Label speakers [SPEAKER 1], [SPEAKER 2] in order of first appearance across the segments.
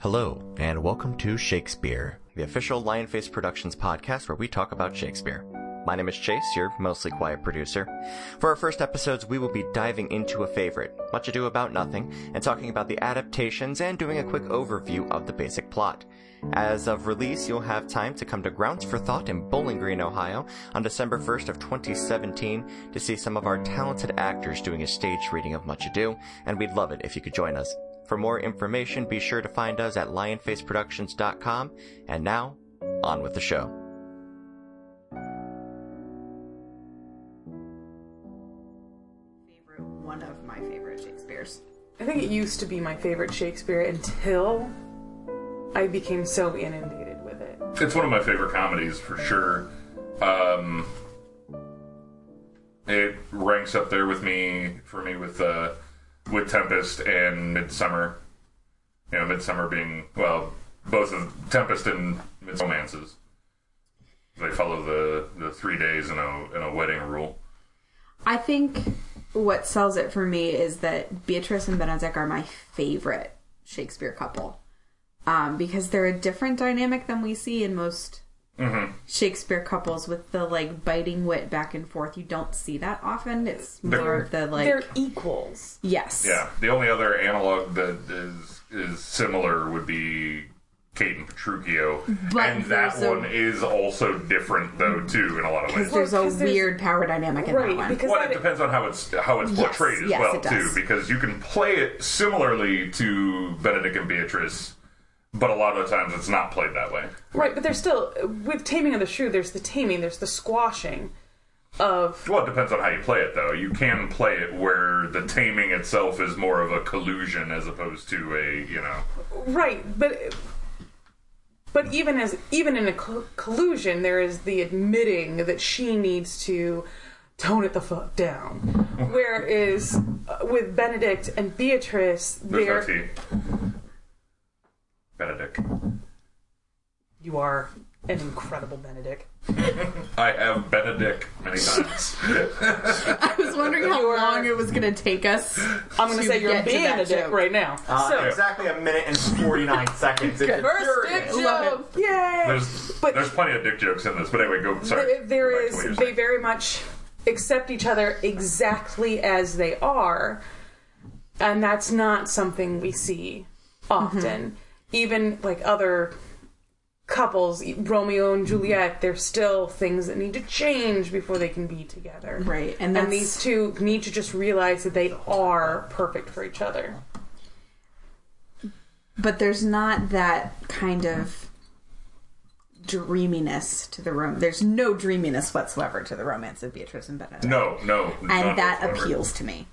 [SPEAKER 1] Hello, and welcome to Shakespeare, the official Lionface Productions podcast where we talk about Shakespeare. My name is Chase, your mostly quiet producer. For our first episodes, we will be diving into a favorite, Much Ado About Nothing, and talking about the adaptations and doing a quick overview of the basic plot. As of release, you'll have time to come to Grounds for Thought in Bowling Green, Ohio, on December 1st of 2017 to see some of our talented actors doing a stage reading of Much Ado, and we'd love it if you could join us. For more information, be sure to find us at lionfaceproductions.com. And now, on with the show.
[SPEAKER 2] favorite, one of my favorite Shakespeare's.
[SPEAKER 3] I think it used to be my favorite Shakespeare until I became so inundated with it.
[SPEAKER 4] It's one of my favorite comedies for sure. Um, it ranks up there with me for me with uh, with Tempest and Midsummer. You know, Midsummer being well, both of Tempest and Midsummermances. They follow the, the three days in a in a wedding rule.
[SPEAKER 2] I think what sells it for me is that Beatrice and Benedek are my favorite Shakespeare couple um, because they're a different dynamic than we see in most Shakespeare couples with the like biting wit back and forth. You don't see that often. It's more of the like
[SPEAKER 3] They're equals.
[SPEAKER 2] yes,
[SPEAKER 4] Yeah. The only other analog that is is similar would be Kate and Petruchio,
[SPEAKER 2] But
[SPEAKER 4] and that
[SPEAKER 2] there's a-
[SPEAKER 4] one is also different though too in a lot of ways.
[SPEAKER 2] because there's
[SPEAKER 3] Well,
[SPEAKER 2] a
[SPEAKER 3] 'cause there's-
[SPEAKER 2] weird power dynamic in that
[SPEAKER 3] Right,
[SPEAKER 2] one.
[SPEAKER 3] because
[SPEAKER 4] Well,
[SPEAKER 3] that-
[SPEAKER 4] it depends on how it's how it's
[SPEAKER 2] Yes,
[SPEAKER 4] portrayed as
[SPEAKER 2] yes,
[SPEAKER 4] well
[SPEAKER 2] it does.
[SPEAKER 4] too, because you can play it similarly to Benedict and Beatrice, but a lot of the times it's not played that way.
[SPEAKER 3] right, but there's still with taming of the shrew. There's the taming. There's the squashing of
[SPEAKER 4] Well, it depends on how you play it though. You can play it where the taming itself is more of a collusion as opposed to a you know.
[SPEAKER 3] right, but but even as even in a col- collusion, there is the admitting that she needs to tone it the fuck down. Whereas uh, with Benedict and Beatrice,
[SPEAKER 4] There's
[SPEAKER 3] there
[SPEAKER 4] no T. Benedict.
[SPEAKER 3] you are an incredible Benedict.
[SPEAKER 4] I have Benedict many times.
[SPEAKER 2] I was wondering how long it was going to take us.
[SPEAKER 3] I'm going
[SPEAKER 2] to
[SPEAKER 3] to say you're
[SPEAKER 2] get to
[SPEAKER 3] being
[SPEAKER 2] that
[SPEAKER 3] a dick
[SPEAKER 2] joke.
[SPEAKER 3] right now.
[SPEAKER 4] Ah,
[SPEAKER 5] Uh,
[SPEAKER 3] so,
[SPEAKER 5] exactly a minute and 49 seconds. It's infuriating.
[SPEAKER 2] Love
[SPEAKER 3] joke. Yay!
[SPEAKER 4] there's
[SPEAKER 3] But-
[SPEAKER 4] there's plenty of dick jokes in this, but anyway, go.
[SPEAKER 3] There-
[SPEAKER 4] Sorry. Go
[SPEAKER 3] there
[SPEAKER 4] back to what you were
[SPEAKER 3] is they
[SPEAKER 4] saying.
[SPEAKER 3] very much accept each other exactly as they are and that's not something we see
[SPEAKER 2] Mm-hmm.
[SPEAKER 3] often even like other couples romeo and juliet there's still things that need to change before they can be together
[SPEAKER 2] Right, and
[SPEAKER 3] and,
[SPEAKER 2] that's-
[SPEAKER 3] these two need to just realize that they are perfect for each other
[SPEAKER 2] but there's not that kind of dreaminess to the rom. There's no dreaminess whatsoever to the romance of Beatrice and Benedict,
[SPEAKER 4] No, no.
[SPEAKER 2] and that
[SPEAKER 4] appeals.
[SPEAKER 2] appeals to me.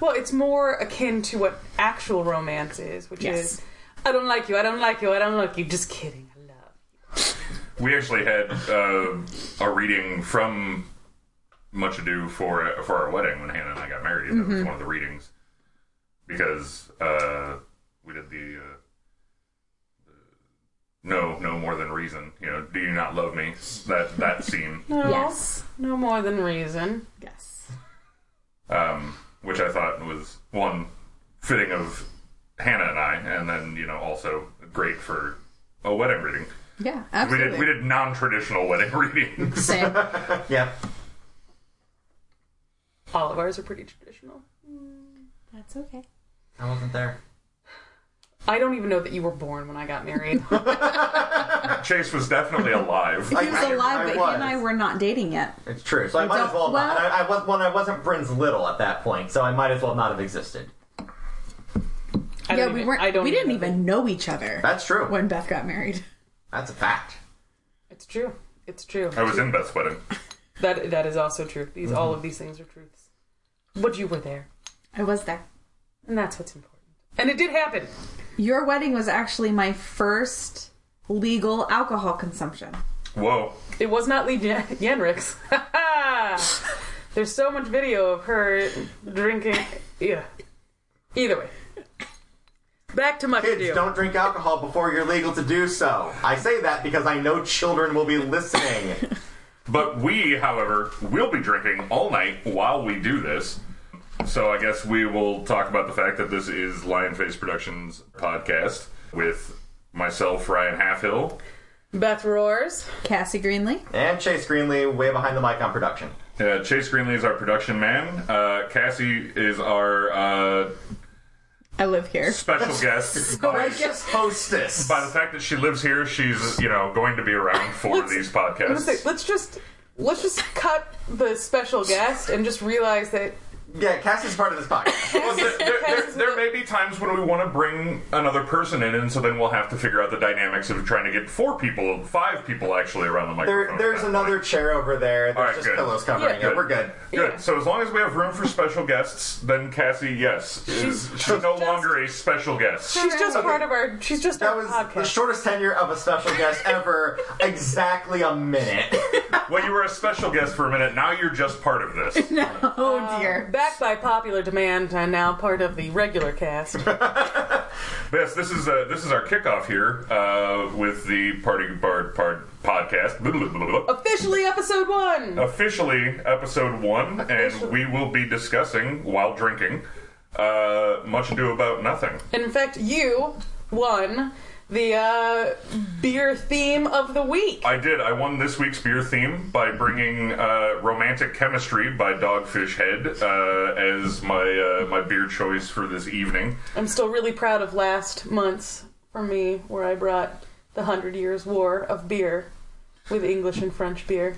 [SPEAKER 3] well it's more akin to what actual romance is which
[SPEAKER 2] Yes.
[SPEAKER 3] is i don't like you i don't like you i don't like you just kidding i love
[SPEAKER 4] we actually had uh, a reading from Much Ado for for our wedding when Hannah and I got married. That was one of the readings because uh, we did the uh, no no more than reason. You know, do you not love me? That that scene,
[SPEAKER 3] No.
[SPEAKER 2] Yes.
[SPEAKER 3] No more than reason.
[SPEAKER 2] Yes.
[SPEAKER 4] um, which I thought was one fitting of Hannah and I, and then you know also great for a wedding reading.
[SPEAKER 2] Yeah,
[SPEAKER 4] We
[SPEAKER 2] absolutely.
[SPEAKER 4] did we did non traditional wedding readings.
[SPEAKER 2] Same.
[SPEAKER 5] Yeah.
[SPEAKER 3] All of ours are pretty traditional.
[SPEAKER 2] That's okay.
[SPEAKER 5] I wasn't there.
[SPEAKER 3] I don't even know that you were born when I got married.
[SPEAKER 4] Chase was definitely alive.
[SPEAKER 2] He was
[SPEAKER 5] I- I
[SPEAKER 2] alive, but he
[SPEAKER 5] was.
[SPEAKER 2] and I were not dating yet.
[SPEAKER 5] It's true. So I might
[SPEAKER 2] Don't-
[SPEAKER 5] as well.
[SPEAKER 2] well-
[SPEAKER 5] not. I, I was when I wasn't Bryn's little at that point, so I might as well not have existed.
[SPEAKER 3] I
[SPEAKER 2] yeah,
[SPEAKER 3] don't
[SPEAKER 2] we
[SPEAKER 3] even-
[SPEAKER 2] weren't.
[SPEAKER 3] I don't
[SPEAKER 2] we didn't even know each other
[SPEAKER 5] That's true.
[SPEAKER 2] when Beth got married.
[SPEAKER 5] That's a fact.
[SPEAKER 3] It's true. It's true.
[SPEAKER 4] I was in Mm-hmm. Beth's wedding.
[SPEAKER 3] That that is also true. These all of these things are truths. But you were there,
[SPEAKER 2] I was there.
[SPEAKER 3] and that's what's important. And it did happen.
[SPEAKER 2] Your wedding was actually my first legal alcohol consumption.
[SPEAKER 4] Whoa.
[SPEAKER 3] It was not Lee Jan- Yanrix. There's so much video of her drinking. Yeah. Either way. Back to much
[SPEAKER 5] Kids,
[SPEAKER 3] ado.
[SPEAKER 5] don't drink alcohol before you're legal to do so. I say that because I know children will be listening.
[SPEAKER 4] But we, however, will be drinking all night while we do this. So I guess we will talk about the fact that this is Lionface Productions podcast with myself, Ryan Halfhill.
[SPEAKER 3] Beth roars.
[SPEAKER 2] Cassie Greenlee.
[SPEAKER 5] And Chase Greenlee, way behind the mic on production.
[SPEAKER 4] Uh, Chase Greenlee is our production man. Uh, Cassie is our uh,
[SPEAKER 2] I live here.
[SPEAKER 4] special guest. by,
[SPEAKER 5] Gracious hostess.
[SPEAKER 4] by the fact that she lives here, she's you know going to be around for
[SPEAKER 3] Let's-
[SPEAKER 4] these
[SPEAKER 3] Let's,
[SPEAKER 4] podcasts.
[SPEAKER 3] see, let's just let's just cut the special guest and just realize that
[SPEAKER 5] yeah, Cassie's part of this podcast.
[SPEAKER 4] Well, there, there, there, there may be times when we want to bring another person in, and so then we'll have to figure out the dynamics of trying to get four people, five people actually around the microphone.
[SPEAKER 5] There,
[SPEAKER 4] at
[SPEAKER 5] there's
[SPEAKER 4] that
[SPEAKER 5] another chair over there. There's
[SPEAKER 4] All right,
[SPEAKER 5] just
[SPEAKER 4] good.
[SPEAKER 5] pillows covering
[SPEAKER 4] Yeah,
[SPEAKER 5] it. We're
[SPEAKER 4] good.
[SPEAKER 5] good.
[SPEAKER 4] Good.
[SPEAKER 3] Yeah.
[SPEAKER 4] So as long as we have room for special guests, then Cassie, yes, is, she's no
[SPEAKER 3] just-
[SPEAKER 4] longer a special guest.
[SPEAKER 3] she's just part of our she's just
[SPEAKER 5] That
[SPEAKER 3] our
[SPEAKER 5] was the
[SPEAKER 3] podcast.
[SPEAKER 5] shortest tenure of a special guest ever. exactly a minute.
[SPEAKER 4] Well, you were a special guest for a minute. Now you're just part of this.
[SPEAKER 2] Oh dear.
[SPEAKER 3] Back by popular demand and now part of the regular cast.
[SPEAKER 4] But yes, this is uh, this is our kickoff here uh, with the Party Bard Part podcast. Blah, blah, blah, blah.
[SPEAKER 3] Officially episode one.
[SPEAKER 4] Officially, episode one, and we will be discussing while drinking. Uh, much ado about nothing.
[SPEAKER 3] And in fact, you won the uh, beer theme of the week.
[SPEAKER 4] I did. I won this week's beer theme by bringing uh, "Romantic Chemistry" by Dogfish Head uh, as my uh, my beer choice for this evening.
[SPEAKER 3] I'm still really proud of last month's for me, where I brought the Hundred Years' War of beer with English and French beer.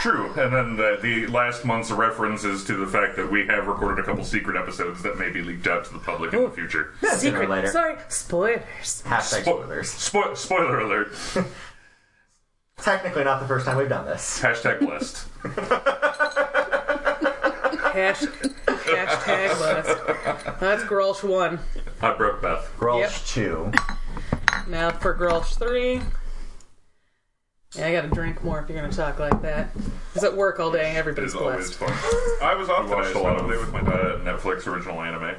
[SPEAKER 4] True, and then the, the last month's reference is to the fact that we have recorded a couple secret episodes that may be leaked out to the public in the future.
[SPEAKER 5] Sooner or later.
[SPEAKER 3] Sorry, spoilers.
[SPEAKER 5] Hashtag
[SPEAKER 4] Spo-
[SPEAKER 5] spoilers.
[SPEAKER 4] spo- spoiler alert.
[SPEAKER 5] Technically not the first time we've done this.
[SPEAKER 4] Hashtag blessed.
[SPEAKER 3] Hashtag, hashtag last. That's Grolsch 1.
[SPEAKER 4] I broke Beth.
[SPEAKER 5] Grolsch
[SPEAKER 3] Yep.
[SPEAKER 5] 2.
[SPEAKER 3] Now for Grolsch 3. Yeah, I gotta drink more if you're gonna talk like that. It's at work all day,
[SPEAKER 4] It
[SPEAKER 3] everybody's
[SPEAKER 4] is always
[SPEAKER 3] blessed.
[SPEAKER 4] fun. I was off
[SPEAKER 6] watched
[SPEAKER 4] today, so
[SPEAKER 6] a lot
[SPEAKER 4] I
[SPEAKER 6] of-
[SPEAKER 4] was there with my uh, Netflix original anime.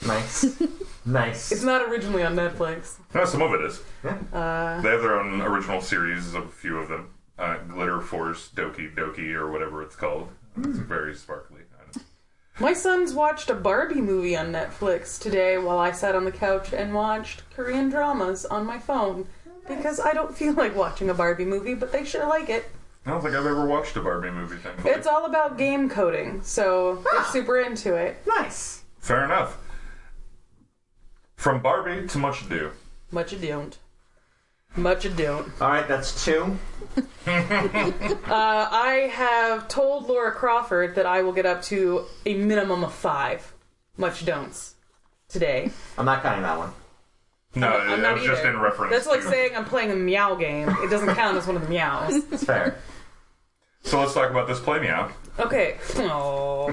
[SPEAKER 5] Nice. nice.
[SPEAKER 3] It's not originally on Netflix.
[SPEAKER 4] No, some of it is.
[SPEAKER 3] Uh.
[SPEAKER 4] they have their own original series of a few of them. Uh, Glitter Force, Doki Doki, or whatever it's called.
[SPEAKER 3] Hmm.
[SPEAKER 4] It's very sparkly. I don't-
[SPEAKER 3] My son's watched a Barbie movie on Netflix today while I sat on the couch and watched Korean dramas on my phone because I don't feel like watching a Barbie movie, but they sure like it.
[SPEAKER 4] I don't think I've ever watched a Barbie movie thing.
[SPEAKER 3] It's all about game coding, so they're super into it.
[SPEAKER 5] Nice.
[SPEAKER 4] Fair enough. From Barbie to Much Ado.
[SPEAKER 3] Much you don't. Much you don't.
[SPEAKER 5] All right, that's two.
[SPEAKER 3] Uh, I have told Laura Crawford that I will get up to a minimum of five much don'ts today.
[SPEAKER 5] I'm not counting that one.
[SPEAKER 4] No,
[SPEAKER 3] I'm
[SPEAKER 4] it,
[SPEAKER 3] not
[SPEAKER 4] it Uh, was just
[SPEAKER 3] either.
[SPEAKER 4] in reference.
[SPEAKER 3] That's like
[SPEAKER 4] to-
[SPEAKER 3] saying I'm playing a meow game. It doesn't count as one of the meows.
[SPEAKER 5] It's fair.
[SPEAKER 4] So let's talk about this play me out.
[SPEAKER 3] Okay. Oh.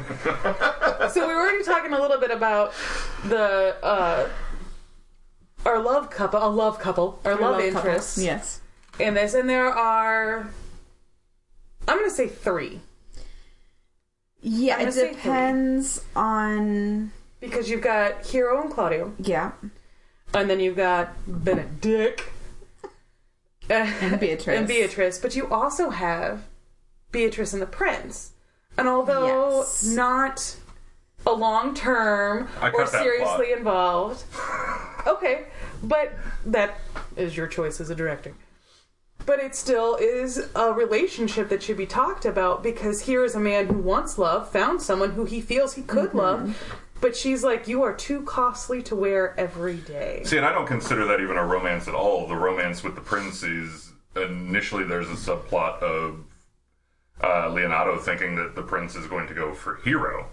[SPEAKER 3] so we were already talking a little bit about the uh, our love couple, a love couple, our, love, interests
[SPEAKER 2] Yes.
[SPEAKER 3] in this, and there are. I'm gonna say three
[SPEAKER 2] Yeah,
[SPEAKER 3] gonna
[SPEAKER 2] it
[SPEAKER 3] say three.
[SPEAKER 2] depends on
[SPEAKER 3] because you've got Hero and Claudio,
[SPEAKER 2] yeah,
[SPEAKER 3] and then you've got Benedict
[SPEAKER 2] and Beatrice.
[SPEAKER 3] and Beatrice, but you also have Beatrice and the Prince, and although
[SPEAKER 2] Yes.
[SPEAKER 3] not a long term
[SPEAKER 4] I cut
[SPEAKER 3] or
[SPEAKER 4] that plot.
[SPEAKER 3] seriously involved, okay, but that is your choice as a director. But it still is a relationship that should be talked about because here is a man who wants love, found someone who he feels he could
[SPEAKER 2] Mm-hmm.
[SPEAKER 3] love, but she's like, You are too costly to wear every day.
[SPEAKER 4] See, and I don't consider that even a romance at all. The romance with the prince is initially there's a subplot of uh, Leonardo thinking that the prince is going to go for hero.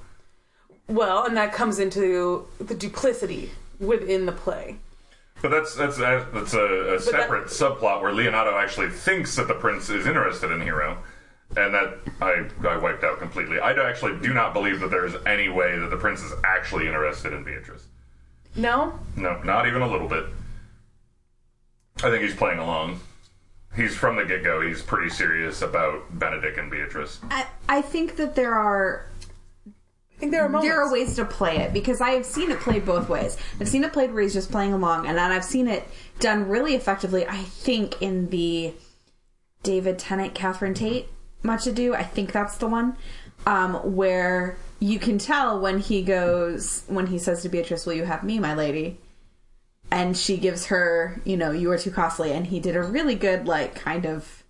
[SPEAKER 3] Well, and that comes into the duplicity within the play.
[SPEAKER 4] But that's that's that's a, a separate subplot where Leonardo actually thinks that the prince is interested in Hero, and that I I wiped out completely. I do- actually do not believe that there is any way that the prince is actually interested in Beatrice.
[SPEAKER 3] No?
[SPEAKER 4] No, not even a little bit. I think he's playing along. He's from the get go. He's pretty serious about Benedict and Beatrice.
[SPEAKER 2] I, I think that there are
[SPEAKER 3] I think there are moments.
[SPEAKER 2] there are ways to play it because I have seen it played both ways. I've seen it played where he's just playing along, and then I've seen it done really effectively. I think in the David Tennant, Catherine Tate, Much Ado. I think that's the one um, where you can tell when he goes when he says to Beatrice, "Will you have me, my lady?" and she gives her, you know, you are too costly, and he did a really good, like, kind of,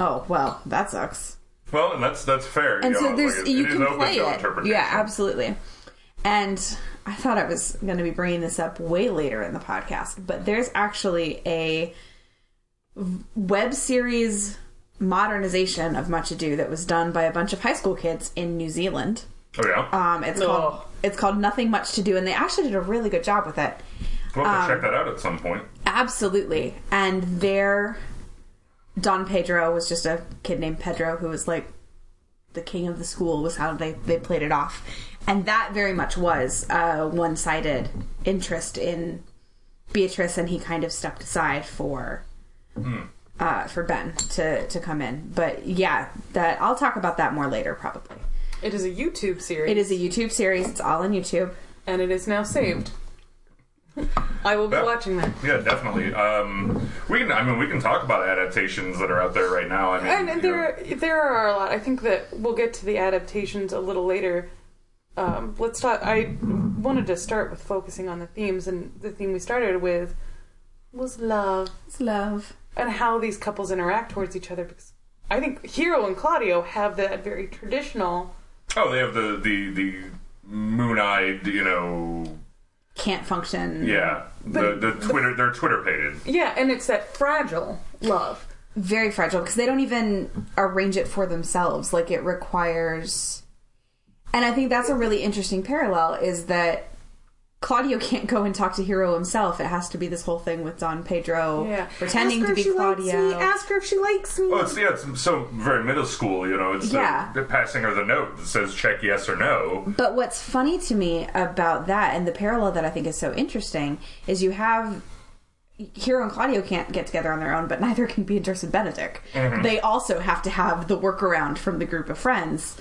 [SPEAKER 2] oh well, that sucks.
[SPEAKER 4] Well, and that's that's fair.
[SPEAKER 2] And
[SPEAKER 4] you
[SPEAKER 2] so
[SPEAKER 4] know,
[SPEAKER 2] there's
[SPEAKER 4] like, it-
[SPEAKER 2] you
[SPEAKER 4] it is
[SPEAKER 2] can
[SPEAKER 4] open
[SPEAKER 2] play
[SPEAKER 4] to
[SPEAKER 2] it,
[SPEAKER 4] interpretation.
[SPEAKER 2] yeah, absolutely. And I thought I was going to be bringing this up way later in the podcast, but there's actually a v- web series modernization of Much Ado that was done by a bunch of high school kids in New Zealand.
[SPEAKER 4] Oh yeah.
[SPEAKER 2] Um, it's called
[SPEAKER 3] Oh.
[SPEAKER 2] it's called Nothing Much to Do, and they actually did a really good job with it.
[SPEAKER 4] we'll have to
[SPEAKER 2] um,
[SPEAKER 4] check that out at some point.
[SPEAKER 2] Absolutely. And their Don Pedro was just a kid named Pedro who was like the king of the school was how they, they played it off. And that very much was a one sided interest in Beatrice and he kind of stepped aside for uh, for Ben to, to come in. But yeah, that I'll talk about that more later probably.
[SPEAKER 3] It is a YouTube series.
[SPEAKER 2] It is a YouTube series, it's all on YouTube.
[SPEAKER 3] and it is now saved. I will be
[SPEAKER 4] Yeah.
[SPEAKER 3] watching that.
[SPEAKER 4] Yeah, definitely. Um, we can. I mean, we can talk about adaptations that are out there right now. I mean,
[SPEAKER 3] And, and
[SPEAKER 4] you know,
[SPEAKER 3] there there are a lot. I think that we'll get to the adaptations a little later. Um, let's talk. I wanted to start with focusing on the themes, and the theme we started with was love
[SPEAKER 2] It's love.
[SPEAKER 3] and how these couples interact towards each other. Because I think Hero and Claudio have that very traditional.
[SPEAKER 4] oh, they have the the the moon-eyed. You know,
[SPEAKER 2] Can't function.
[SPEAKER 4] yeah, the
[SPEAKER 3] But-
[SPEAKER 4] the Twitter. They're Twitter pated.
[SPEAKER 3] Yeah, and it's that fragile love.
[SPEAKER 2] very fragile because they don't even arrange it for themselves. Like it requires, and I think that's a really interesting parallel is that Claudio can't go and talk to Hero himself. It has to be this whole thing with Don Pedro
[SPEAKER 3] Yeah, Ask
[SPEAKER 2] pretending
[SPEAKER 3] her
[SPEAKER 2] to
[SPEAKER 3] if
[SPEAKER 2] be
[SPEAKER 3] she likes me.
[SPEAKER 2] Claudio.
[SPEAKER 3] Ask her if she likes me.
[SPEAKER 4] Well, it's yeah, it's so very middle school. You know, it's the-
[SPEAKER 2] Yeah.
[SPEAKER 4] the passing her the note that says check yes or no.
[SPEAKER 2] But what's funny to me about that and the parallel that I think is so interesting is you have Hero and Claudio can't get together on their own, but neither can Beatrice and Benedict.
[SPEAKER 4] Mm-hmm.
[SPEAKER 2] They also have to have the workaround from the group of friends,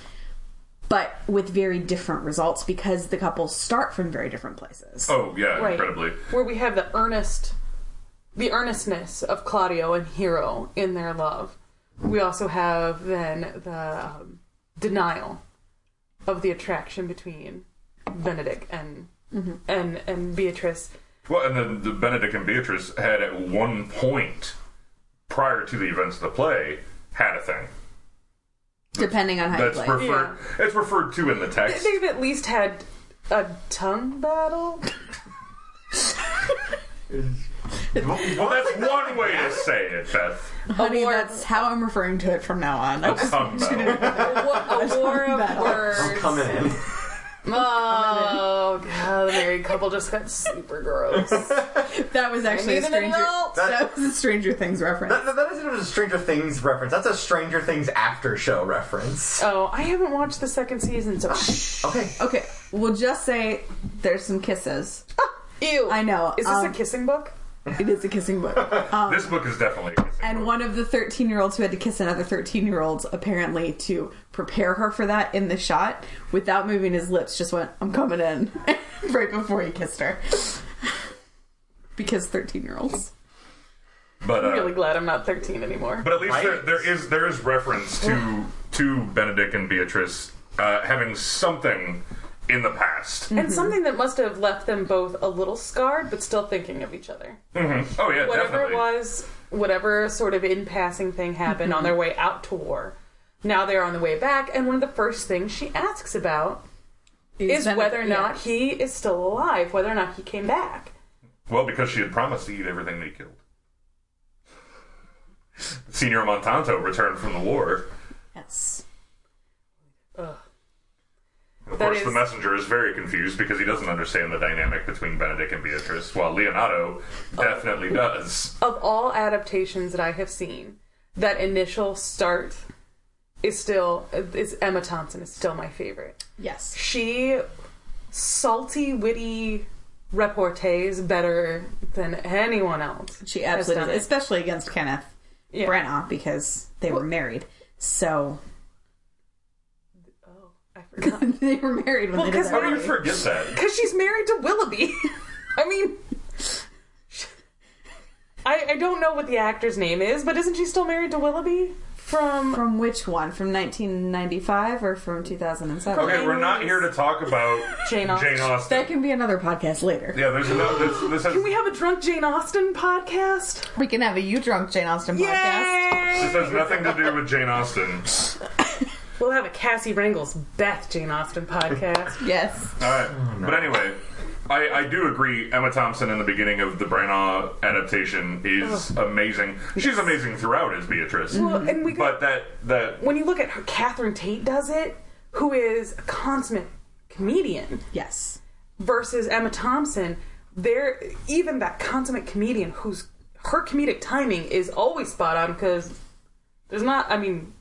[SPEAKER 2] but with very different results because the couples start from very different places.
[SPEAKER 4] Oh yeah,
[SPEAKER 3] Right.
[SPEAKER 4] incredibly.
[SPEAKER 3] where we have the earnest the earnestness of Claudio and Hero in their love. We also have then the um, denial of the attraction between Benedict and
[SPEAKER 2] Mm-hmm.
[SPEAKER 3] and and Beatrice.
[SPEAKER 4] Well, and then the Benedict and Beatrice had at one point prior to the events of the play had a thing.
[SPEAKER 2] Depending on how you
[SPEAKER 4] That's
[SPEAKER 2] play.
[SPEAKER 4] referred. It's referred to in the
[SPEAKER 3] They-
[SPEAKER 4] text.
[SPEAKER 3] They've at least had a tongue battle.
[SPEAKER 4] Well, that's one way to say it, Beth.
[SPEAKER 2] Honey, that's how I'm referring to it from now on.
[SPEAKER 4] Oh.
[SPEAKER 2] I just-
[SPEAKER 4] Tongue battle.
[SPEAKER 3] Wa- a war of
[SPEAKER 2] battle.
[SPEAKER 5] I'm
[SPEAKER 3] words.
[SPEAKER 5] coming in.
[SPEAKER 3] Oh god, the married couple just got super gross.
[SPEAKER 2] that was actually a
[SPEAKER 3] Need an
[SPEAKER 2] stranger.
[SPEAKER 3] adult.
[SPEAKER 2] That was a Stranger Things reference.
[SPEAKER 5] That, that- that isn't a Stranger Things reference. That's a Stranger Things after show reference.
[SPEAKER 3] Oh, I haven't watched the second season, so
[SPEAKER 5] Okay.
[SPEAKER 2] Okay, we'll just say there's some kisses.
[SPEAKER 3] ew.
[SPEAKER 2] I know.
[SPEAKER 3] Is this
[SPEAKER 2] um,
[SPEAKER 3] a kissing book?
[SPEAKER 2] It is a kissing book.
[SPEAKER 4] This book is definitely. a kissing
[SPEAKER 2] And
[SPEAKER 4] book.
[SPEAKER 2] one of the 13 year olds who had to kiss another 13 year old, apparently, to prepare her for that in the shot without moving his lips, just went, I'm coming in, right before he kissed her. because 13 year olds.
[SPEAKER 4] but uh,
[SPEAKER 3] I'm really glad I'm not 13 anymore.
[SPEAKER 4] but at least there,
[SPEAKER 5] Right.
[SPEAKER 4] there is there is reference to to Benedict and Beatrice uh, having something in the past.
[SPEAKER 3] And something that must have left them both a little scarred, but still thinking of each other.
[SPEAKER 4] Mhm. Oh yeah,
[SPEAKER 3] Whatever
[SPEAKER 4] definitely.
[SPEAKER 3] it was, whatever sort of in passing thing happened on their way out to war. Now they're on the way back, and one of the first things she asks about is
[SPEAKER 2] Benedict-
[SPEAKER 3] whether or not
[SPEAKER 2] yeah.
[SPEAKER 3] he is still alive, whether or not he came back.
[SPEAKER 4] Well, because she had promised to eat everything they killed. Senor Montanto returned from the war.
[SPEAKER 2] Yes.
[SPEAKER 4] Of
[SPEAKER 3] That
[SPEAKER 4] course, the
[SPEAKER 3] is-
[SPEAKER 4] messenger is very confused because he doesn't understand the dynamic between Benedict and Beatrice, while Leonardo
[SPEAKER 3] Oh.
[SPEAKER 4] definitely does.
[SPEAKER 3] Of all adaptations that I have seen, that initial start is still is Emma Thompson is still my favorite.
[SPEAKER 2] Yes.
[SPEAKER 3] she salty witty repartees better than anyone else
[SPEAKER 2] She
[SPEAKER 3] has
[SPEAKER 2] absolutely
[SPEAKER 3] done
[SPEAKER 2] does, especially against Kenneth
[SPEAKER 3] it. Yeah.
[SPEAKER 2] Branagh because they were married. So
[SPEAKER 3] oh i forgot
[SPEAKER 2] they were married when
[SPEAKER 3] Well,
[SPEAKER 2] they did
[SPEAKER 3] 'cause
[SPEAKER 4] How
[SPEAKER 2] that
[SPEAKER 4] do you
[SPEAKER 2] movie.
[SPEAKER 4] forget that?
[SPEAKER 3] because she's married to willoughby i mean I, I don't know what the actor's name is, but isn't she still married to Willoughby? from
[SPEAKER 2] From which one? From 1995 or from 2007?
[SPEAKER 4] Okay, we're not here to talk about
[SPEAKER 3] Jane Austen.
[SPEAKER 4] Jane Austen.
[SPEAKER 2] That can be another podcast later.
[SPEAKER 4] Yeah, there's another. This, this has,
[SPEAKER 3] Can we have a drunk Jane Austen podcast?
[SPEAKER 2] We can have a You Drunk Jane Austen podcast.
[SPEAKER 3] Yay!
[SPEAKER 4] this has nothing to do with Jane Austen.
[SPEAKER 3] We'll have a Cassie Wrangles Beth Jane Austen podcast.
[SPEAKER 2] Yes.
[SPEAKER 4] All right. But anyway, I, I do agree. Emma Thompson in the beginning of the Branagh adaptation is amazing. She's amazing throughout as Beatrice.
[SPEAKER 3] well, and we got,
[SPEAKER 4] But that that
[SPEAKER 3] when you look at her, Catherine Tate does it, who is a consummate comedian,
[SPEAKER 2] Yes.
[SPEAKER 3] versus Emma Thompson. There, even that consummate comedian, who's her comedic timing is always spot on because there's not. I mean,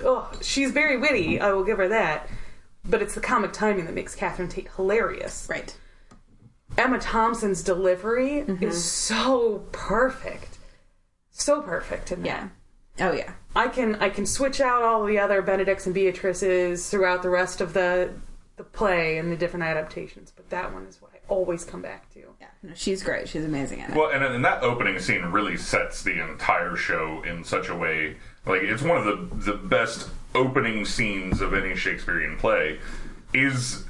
[SPEAKER 3] oh, she's very witty. I will give her that. But it's the comic timing that makes Catherine Tate hilarious.
[SPEAKER 2] Right.
[SPEAKER 3] Emma Thompson's delivery is so perfect. So perfect in that.
[SPEAKER 2] Yeah. Oh, yeah.
[SPEAKER 3] I can I can switch out all the other Benedicts and Beatrices throughout the rest of the the play and the different adaptations, but that one is what I always come back to.
[SPEAKER 2] Yeah. No, she's great. She's amazing at it.
[SPEAKER 4] well, and and that opening scene really sets the entire show in such a way. Like it's one of the the best opening scenes of any Shakespearean play. Is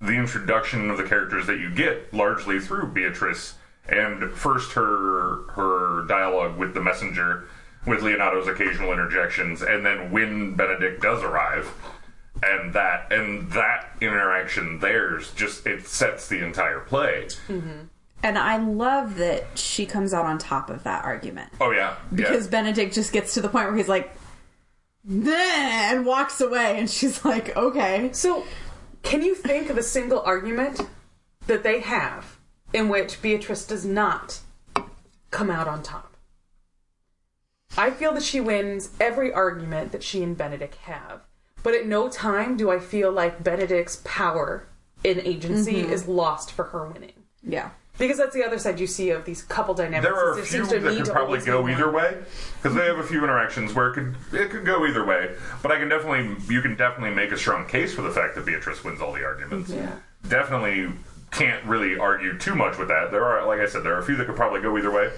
[SPEAKER 4] the introduction of the characters that you get largely through Beatrice and first her her dialogue with the messenger with Leonardo's occasional interjections and then when Benedict does arrive and that and that interaction there's just it sets the entire play.
[SPEAKER 2] And I love that she comes out on top of that argument.
[SPEAKER 4] Oh yeah.
[SPEAKER 2] Because
[SPEAKER 4] yeah.
[SPEAKER 2] Benedict just gets to the point where he's like, "Nah," and walks away, and she's like, okay.
[SPEAKER 3] So, can you think of a single argument that they have in which Beatrice does not come out on top? I feel that she wins every argument that she and Benedict have, but at no time do I feel like Benedict's power in agency is lost for her winning.
[SPEAKER 2] Yeah.
[SPEAKER 3] Because that's the other side you see of these couple dynamics.
[SPEAKER 4] There are a
[SPEAKER 3] It
[SPEAKER 4] few
[SPEAKER 3] seems
[SPEAKER 4] that
[SPEAKER 3] to need
[SPEAKER 4] could
[SPEAKER 3] to
[SPEAKER 4] probably
[SPEAKER 3] always
[SPEAKER 4] go
[SPEAKER 3] be
[SPEAKER 4] either
[SPEAKER 3] one.
[SPEAKER 4] way because they have a few interactions where it could it could go either way. But I can definitely you can definitely make a strong case for the fact that Beatrice wins all the arguments.
[SPEAKER 3] Yeah.
[SPEAKER 4] Definitely can't really argue too much with that. There are like I said, there are a few that could probably go either way.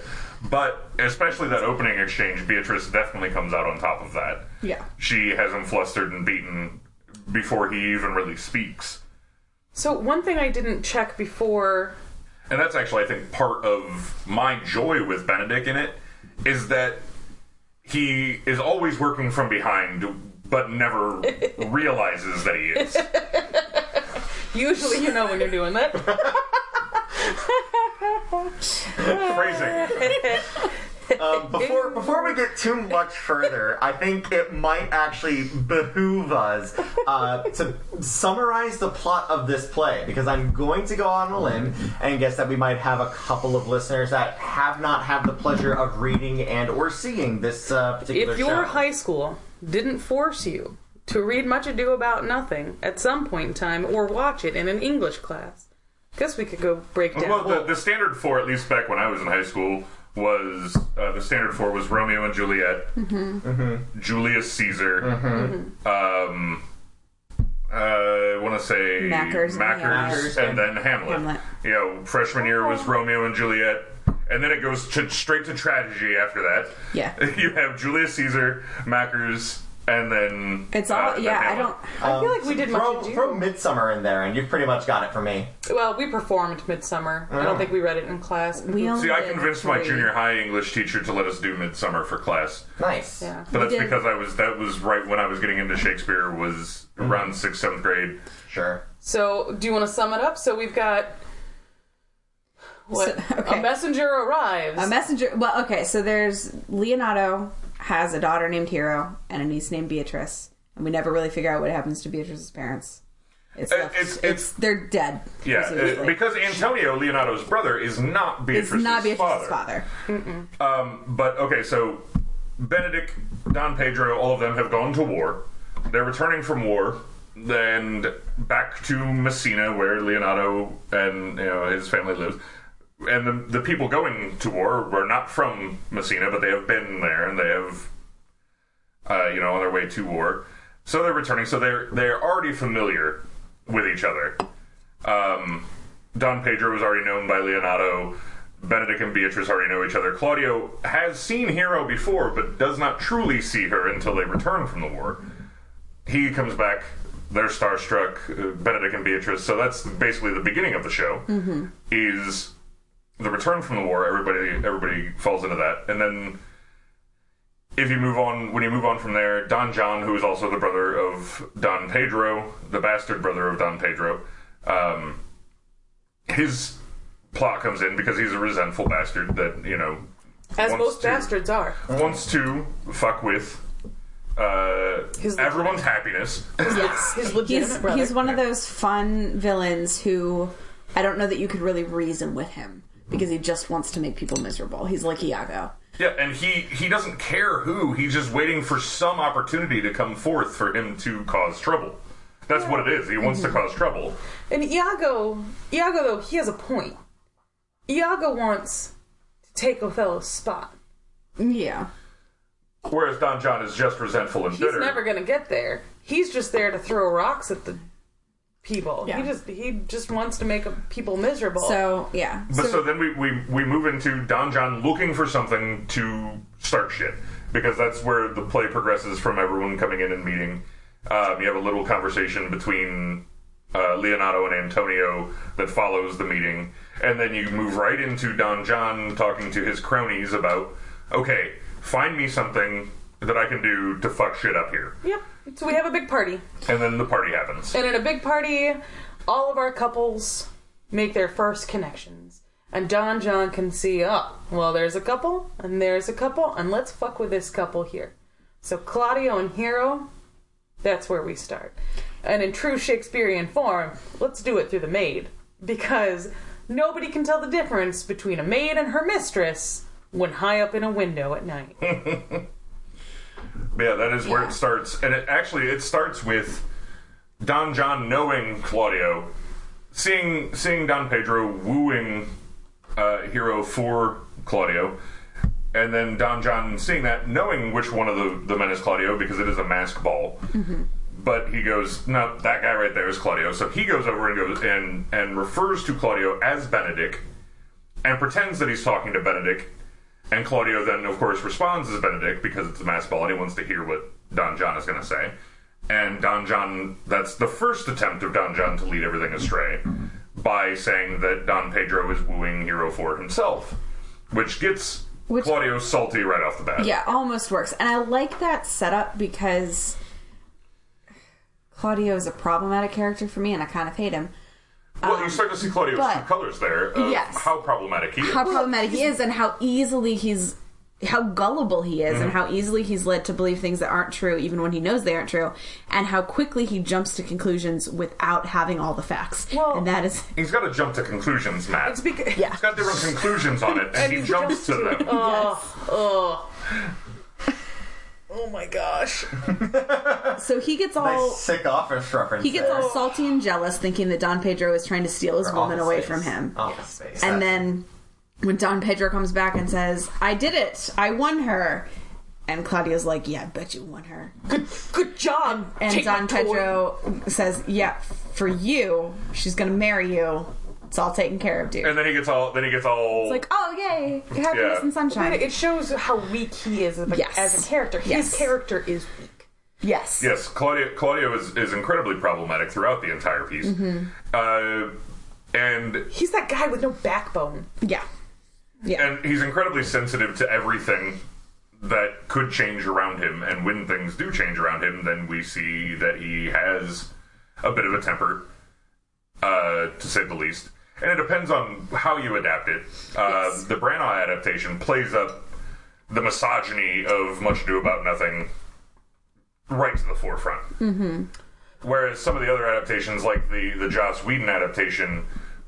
[SPEAKER 4] But especially that opening exchange, Beatrice definitely comes out on top of that.
[SPEAKER 2] Yeah.
[SPEAKER 4] She has him flustered and beaten before he even really speaks.
[SPEAKER 3] So one thing I didn't check before
[SPEAKER 4] and that's actually I think part of my joy with Benedict in it is that he is always working from behind but never realizes that he is.
[SPEAKER 3] usually you know when you're doing that.
[SPEAKER 4] Phrasing.
[SPEAKER 5] Um, before before we get too much further, I think it might actually behoove us uh, to summarize the plot of this play because I'm going to go on a limb and guess that we might have a couple of listeners that have not had the pleasure of reading and or seeing this uh, particular
[SPEAKER 3] if your
[SPEAKER 5] show.
[SPEAKER 3] high school didn't force you to read Much Ado About Nothing at some point in time or watch it in an English class, guess we could go break down.
[SPEAKER 4] Well, the, the standard four, at least back when I was in high school, was uh, the standard four was Romeo and Juliet,
[SPEAKER 2] Mm-hmm.
[SPEAKER 4] Julius Caesar. Um, uh, I want to say
[SPEAKER 2] Mackers and
[SPEAKER 4] Mackers,
[SPEAKER 5] Hamlet.
[SPEAKER 4] and then Hamlet.
[SPEAKER 2] Hamlet. Oh.
[SPEAKER 4] You know, freshman year was Romeo and Juliet, and then it goes to, straight to tragedy after that.
[SPEAKER 2] Yeah.
[SPEAKER 4] you have Julius Caesar, Mackers, and then
[SPEAKER 2] It's
[SPEAKER 4] uh,
[SPEAKER 2] all,
[SPEAKER 4] then
[SPEAKER 2] yeah, I
[SPEAKER 4] Hamlet.
[SPEAKER 2] don't,
[SPEAKER 3] I feel like we did
[SPEAKER 5] Um, Throw,
[SPEAKER 3] Much Ado.
[SPEAKER 5] throw Midsummer in there, and you've pretty much got it for me.
[SPEAKER 3] well, we performed Midsummer. I
[SPEAKER 4] Oh.
[SPEAKER 3] don't think we read it in class.
[SPEAKER 2] we only
[SPEAKER 4] See, I
[SPEAKER 2] did
[SPEAKER 4] convinced my
[SPEAKER 2] three.
[SPEAKER 4] junior high English teacher to let us do Midsummer for class.
[SPEAKER 5] Nice.
[SPEAKER 3] Yeah.
[SPEAKER 4] But that's
[SPEAKER 2] did.
[SPEAKER 4] because I was that was right when I was getting into Shakespeare was
[SPEAKER 2] Mm-hmm.
[SPEAKER 4] around sixth seventh grade.
[SPEAKER 5] Sure.
[SPEAKER 3] So, do you want to sum it up? So we've got what
[SPEAKER 2] So- okay.
[SPEAKER 3] a messenger arrives.
[SPEAKER 2] A messenger. Well, okay, so there's Leonardo has a daughter named Hero and a niece named Beatrice, and we never really figure out what happens to Beatrice's parents. It's,
[SPEAKER 4] Uh,
[SPEAKER 2] left-
[SPEAKER 4] it's-
[SPEAKER 2] it's,
[SPEAKER 4] it's-
[SPEAKER 2] they're dead.
[SPEAKER 4] Yeah,
[SPEAKER 2] presumably.
[SPEAKER 4] uh, because Antonio Leonardo's brother is not
[SPEAKER 2] it's
[SPEAKER 4] Beatrice's,
[SPEAKER 2] not Beatrice's
[SPEAKER 4] father.
[SPEAKER 2] father.
[SPEAKER 4] Um, but okay, so Benedict, Don Pedro, all of them have gone to war. They're returning from war, and back to Messina, where Leonardo and you know his family lives. And the the people going to war were not from Messina, but they have been there, and they have, uh, you know, on their way to war. So they're returning. So they're they're already familiar with each other. Um, Don Pedro was already known by Leonardo. Benedict and Beatrice already know each other. Claudio has seen Hero before, but does not truly see her until they return from the war. He comes back. They're starstruck. uh, Benedict and Beatrice. So that's basically the beginning of the show.
[SPEAKER 3] Mm-hmm.
[SPEAKER 4] Is the return from the war? Everybody, everybody falls into that, and then if you move on, when you move on from there, Don John, who is also the brother of Don Pedro, the bastard brother of Don Pedro, um, his plot comes in because he's a resentful bastard that you know
[SPEAKER 3] As
[SPEAKER 4] wants
[SPEAKER 3] most
[SPEAKER 4] to-
[SPEAKER 3] bastards are.
[SPEAKER 4] wants to fuck with uh,
[SPEAKER 3] His
[SPEAKER 4] everyone's happiness.
[SPEAKER 3] Yes. His legitimate
[SPEAKER 2] He's
[SPEAKER 3] brother.
[SPEAKER 2] he's one of those fun villains who I don't know that you could really reason with him because he just wants to make people miserable. He's like Iago.
[SPEAKER 4] yeah, and he he doesn't care who. He's just waiting for some opportunity to come forth for him to cause trouble. That's what it is. He wants to
[SPEAKER 3] Mm-hmm.
[SPEAKER 4] cause trouble.
[SPEAKER 3] And Iago, Iago though, he has a point. Iago wants to take Othello's spot.
[SPEAKER 2] Yeah.
[SPEAKER 4] Whereas Don John is just resentful and
[SPEAKER 3] He's
[SPEAKER 4] bitter.
[SPEAKER 3] never gonna get there. He's just there to throw rocks at the people.
[SPEAKER 2] Yeah.
[SPEAKER 3] He just he just wants to make people miserable.
[SPEAKER 2] So yeah.
[SPEAKER 4] But so, then we, we, we move into Don John looking for something to start shit because that's where the play progresses from everyone coming in and meeting. Um, you have a little conversation between uh, Leonardo and Antonio that follows the meeting, and then you move right into Don John talking to his cronies about, okay, find me something that I can do to fuck shit up here,
[SPEAKER 3] Yep. So we have a big party.
[SPEAKER 4] and then the party happens.
[SPEAKER 3] And in a big party, all of our couples make their first connections. And Don John can see, oh, well, there's a couple, and there's a couple, and let's fuck with this couple here. So Claudio and Hero, that's where we start. And in true Shakespearean form, let's do it through the maid. Because nobody can tell the difference between a maid and her mistress when high up in a window at night.
[SPEAKER 4] Yeah, that is where it starts, and it actually it starts with Don John knowing Claudio, seeing seeing Don Pedro wooing uh, Hero for Claudio, and then Don John seeing that, knowing which one of the the men is Claudio because it is a mask ball. But he goes, no, that guy right there is Claudio. So he goes over and goes and and refers to Claudio as Benedict, and pretends that he's talking to Benedict. And Claudio then, of course, responds as Benedict because it's a mass ball and he wants to hear what Don John is going to say. And Don John, that's the first attempt of Don John to lead everything astray by saying that Don Pedro is wooing Hero 4 himself, which gets
[SPEAKER 2] Which-
[SPEAKER 4] Claudio salty right off the bat.
[SPEAKER 2] Yeah, almost works. And I like that setup because Claudio is a problematic character for me and I kind of hate him.
[SPEAKER 4] Well, you start to see Claudio's
[SPEAKER 2] um, but-
[SPEAKER 4] true colors there. Of
[SPEAKER 2] Yes.
[SPEAKER 4] How problematic he is.
[SPEAKER 2] how problematic he is and how easily he's how gullible he is
[SPEAKER 5] Mm-hmm.
[SPEAKER 2] and how easily he's led to believe things that aren't true even when he knows they aren't true and how quickly he jumps to conclusions without having all the facts
[SPEAKER 3] Well-
[SPEAKER 2] and that is
[SPEAKER 4] He's got to jump to conclusions, Matt.
[SPEAKER 3] It's because.
[SPEAKER 2] Yeah.
[SPEAKER 4] He's got different conclusions on it, and, he jumps to them.
[SPEAKER 3] Oh, oh. Oh my gosh.
[SPEAKER 2] so he gets all
[SPEAKER 5] Nice sick office reference.
[SPEAKER 2] he gets
[SPEAKER 5] there.
[SPEAKER 2] all salty and jealous thinking that don pedro is trying to steal his
[SPEAKER 5] Or Oh.
[SPEAKER 2] woman
[SPEAKER 5] office
[SPEAKER 2] away
[SPEAKER 5] space.
[SPEAKER 2] from him
[SPEAKER 5] Office space. That's-
[SPEAKER 2] and then when don pedro comes back and says i did it i won her and claudio's like yeah i bet you won her
[SPEAKER 3] Good job.
[SPEAKER 2] And
[SPEAKER 3] Take
[SPEAKER 2] Don
[SPEAKER 3] my toy.
[SPEAKER 2] Pedro says, "Yeah, for you, she's gonna marry you. It's all taken care of, dude."
[SPEAKER 4] And then he gets all. Then he gets all.
[SPEAKER 2] like, oh yay, happiness
[SPEAKER 4] Yeah.
[SPEAKER 2] and sunshine.
[SPEAKER 3] It shows how weak he is as a,
[SPEAKER 2] Yes.
[SPEAKER 3] as a character. His
[SPEAKER 2] Yes.
[SPEAKER 3] character is weak.
[SPEAKER 2] yes.
[SPEAKER 4] Yes, Claudio, Claudio is, is incredibly problematic throughout the entire piece. Uh, and
[SPEAKER 3] He's that guy with no backbone.
[SPEAKER 2] yeah,
[SPEAKER 4] and he's incredibly sensitive to everything that could change around him. And when things do change around him, then we see that he has a bit of a temper, uh, to say the least. And it depends on how you adapt it. Uh,
[SPEAKER 2] Yes.
[SPEAKER 4] The Branagh adaptation plays up the misogyny of Much Ado About Nothing right to the forefront. Mm-hmm. Whereas some of the other adaptations, like the the Joss Whedon adaptation,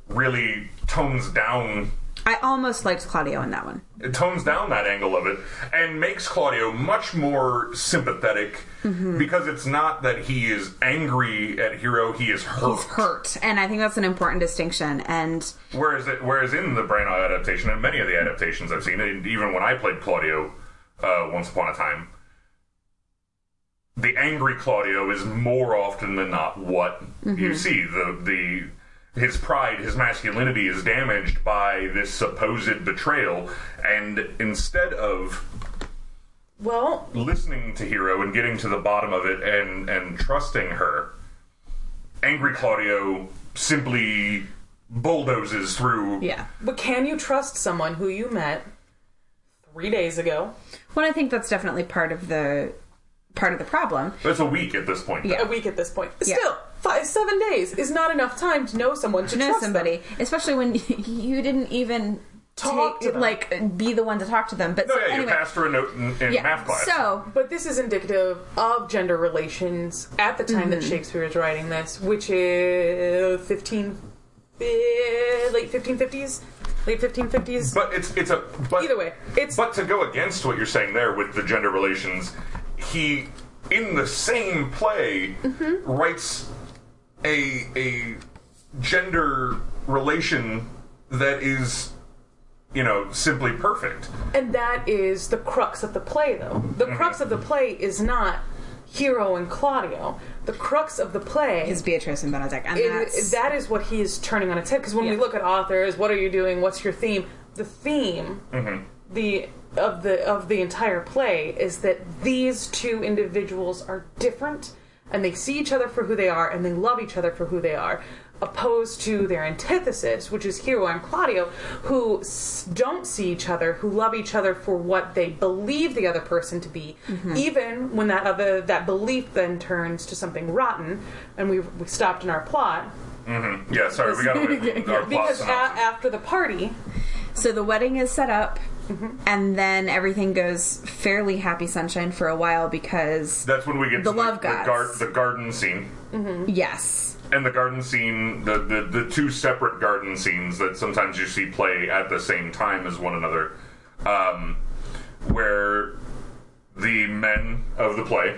[SPEAKER 4] really tones down
[SPEAKER 2] I almost liked Claudio in that one.
[SPEAKER 4] it tones down that angle of it and makes Claudio much more sympathetic because it's not that he is angry at Hero, he is hurt.
[SPEAKER 2] He's hurt, and I think that's an important distinction. And
[SPEAKER 4] Whereas, it, whereas in the Branagh adaptation and many of the adaptations I've seen, and even when I played Claudio uh, once upon a time, the angry Claudio is more often than not what you see. The the his pride, his masculinity is damaged by this supposed betrayal, and instead of
[SPEAKER 3] Well,
[SPEAKER 4] listening to Hero and getting to the bottom of it and and trusting her, angry Claudio simply bulldozes through.
[SPEAKER 2] Yeah.
[SPEAKER 3] but can you trust someone who you met three days ago?
[SPEAKER 2] Well, I think that's definitely part of the part of the problem.
[SPEAKER 4] That's a week at this point.
[SPEAKER 2] Yeah.
[SPEAKER 3] A week at this point. Still, five, seven days is not enough time to know someone to
[SPEAKER 2] To know
[SPEAKER 3] trust
[SPEAKER 2] somebody,
[SPEAKER 3] Them.
[SPEAKER 2] especially when you didn't even
[SPEAKER 3] Talk
[SPEAKER 2] take,
[SPEAKER 3] to them.
[SPEAKER 2] like be the one to talk to them. But
[SPEAKER 4] No,
[SPEAKER 2] so
[SPEAKER 4] yeah,
[SPEAKER 2] anyway,
[SPEAKER 4] you passed her a note in, in math class.
[SPEAKER 2] So
[SPEAKER 3] But this is indicative of gender relations at the time that Shakespeare is writing this, which is 15, eh, late 1550s, late 1550s.
[SPEAKER 4] but it's it's a but,
[SPEAKER 3] Either way, it's
[SPEAKER 4] But to go against what you're saying there with the gender relations, he in the same play
[SPEAKER 2] Mm-hmm.
[SPEAKER 4] writes a a gender relation that is you know simply perfect.
[SPEAKER 3] And that is the crux of the play, though. The crux of the play is not Hero and Claudio. The crux of the play
[SPEAKER 2] is
[SPEAKER 3] is
[SPEAKER 2] Beatrice and Benedict, and that's
[SPEAKER 3] that is what he is turning on its head. Because when we
[SPEAKER 2] Yeah.
[SPEAKER 3] look at authors, what are you doing? What's your theme? The theme, the of the of the entire play is that these two individuals are different, and they see each other for who they are, and they love each other for who they are. Opposed to their antithesis, which is Hero and Claudio, who s- don't see each other, who love each other for what they believe the other person to be, even when that other that belief then turns to something rotten, and we we stopped in our plot
[SPEAKER 4] Yeah, sorry, we got away from our plot
[SPEAKER 3] because a-
[SPEAKER 4] synopsis.
[SPEAKER 3] after the party,
[SPEAKER 2] So the wedding is set up, and then everything goes fairly happy sunshine for a while because
[SPEAKER 4] That's when we get
[SPEAKER 2] The
[SPEAKER 4] to
[SPEAKER 2] love
[SPEAKER 4] the,
[SPEAKER 2] gods.
[SPEAKER 4] gar- the garden scene.
[SPEAKER 2] Mm-hmm. yes,
[SPEAKER 4] And the garden scene, the, the, the two separate garden scenes that sometimes you see play at the same time as one another, um, where the men of the play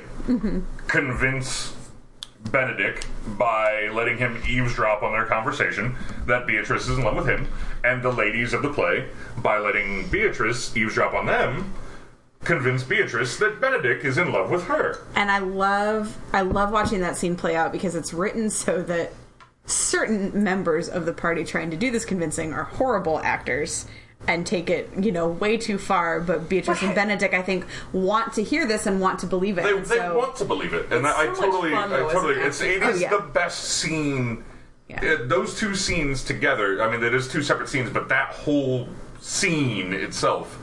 [SPEAKER 4] convince Benedict by letting him eavesdrop on their conversation that Beatrice is in love with him, and the ladies of the play by letting Beatrice eavesdrop on them. Convince Beatrice that Benedict is in love with her.
[SPEAKER 2] and I love I love watching that scene play out because it's written so that certain members of the party trying to do this convincing are horrible actors and take it you know way too far. But Beatrice and Benedict I think want to hear this and want to believe it.
[SPEAKER 4] They,
[SPEAKER 2] and
[SPEAKER 4] they
[SPEAKER 2] so-
[SPEAKER 4] want to believe it, and I, I
[SPEAKER 3] so much
[SPEAKER 4] totally,
[SPEAKER 3] fun, though,
[SPEAKER 4] I
[SPEAKER 3] as
[SPEAKER 4] totally.
[SPEAKER 3] an
[SPEAKER 4] It's it
[SPEAKER 2] actor.
[SPEAKER 4] is
[SPEAKER 2] Oh, yeah.
[SPEAKER 4] the best scene.
[SPEAKER 2] Yeah.
[SPEAKER 4] Uh, those two scenes together. I mean, it is two separate scenes, but that whole scene itself,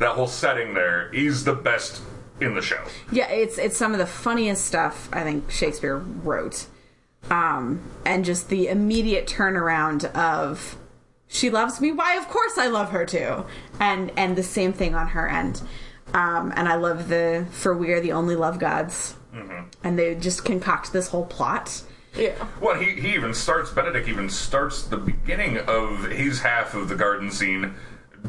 [SPEAKER 4] that whole setting there, is the best in the show.
[SPEAKER 2] Yeah, it's it's some of the funniest stuff I think Shakespeare wrote. Um, and just the immediate turnaround of she loves me, why of course I love her too. And and the same thing on her end. Um, and I love the for we are the only love gods.
[SPEAKER 4] Mm-hmm.
[SPEAKER 2] And they just concoct this whole plot.
[SPEAKER 3] yeah.
[SPEAKER 4] Well, he, he even starts Benedict even starts the beginning of his half of the garden scene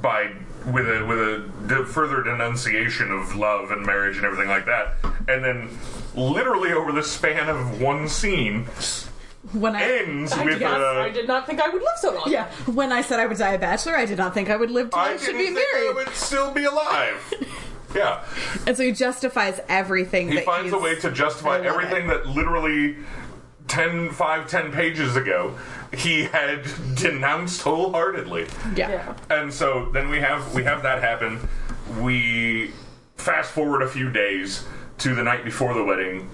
[SPEAKER 4] by with a with a de- further denunciation of love and marriage and everything like that, and then literally over the span of one scene
[SPEAKER 2] When I
[SPEAKER 4] ends
[SPEAKER 3] I,
[SPEAKER 4] with
[SPEAKER 3] guess
[SPEAKER 4] uh,
[SPEAKER 3] I did not think I would live so long.
[SPEAKER 2] yeah, when I said I would die a bachelor, I did not think I would live till I,
[SPEAKER 4] I
[SPEAKER 2] should
[SPEAKER 4] didn't
[SPEAKER 2] be
[SPEAKER 4] think I
[SPEAKER 2] married.
[SPEAKER 4] would still be alive. yeah,
[SPEAKER 2] And so he justifies everything.
[SPEAKER 4] he
[SPEAKER 2] that
[SPEAKER 4] finds a
[SPEAKER 2] he's-
[SPEAKER 4] way to justify
[SPEAKER 2] I love
[SPEAKER 4] everything that literally 10, 5, 10 pages ago he had denounced wholeheartedly.
[SPEAKER 3] Yeah.
[SPEAKER 4] And so then we have we have that happen. We fast forward a few days to the night before the wedding,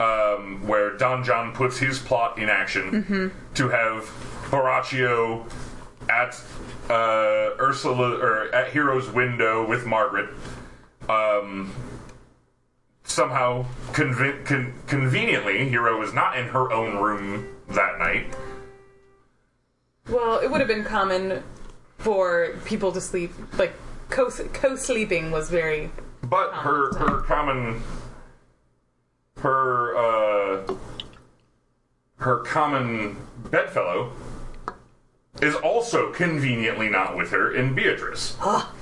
[SPEAKER 4] um, where Don John puts his plot in action to have Horatio at uh, Ursula or at Hero's window with Margaret. Um, somehow conven- con- conveniently, Hero is not in her own room that night.
[SPEAKER 3] Well, it would have been common for people to sleep like co sleeping was very
[SPEAKER 4] But her her common her uh her common bedfellow is also conveniently not with her in Beatrice.
[SPEAKER 2] Right.
[SPEAKER 3] "Ah,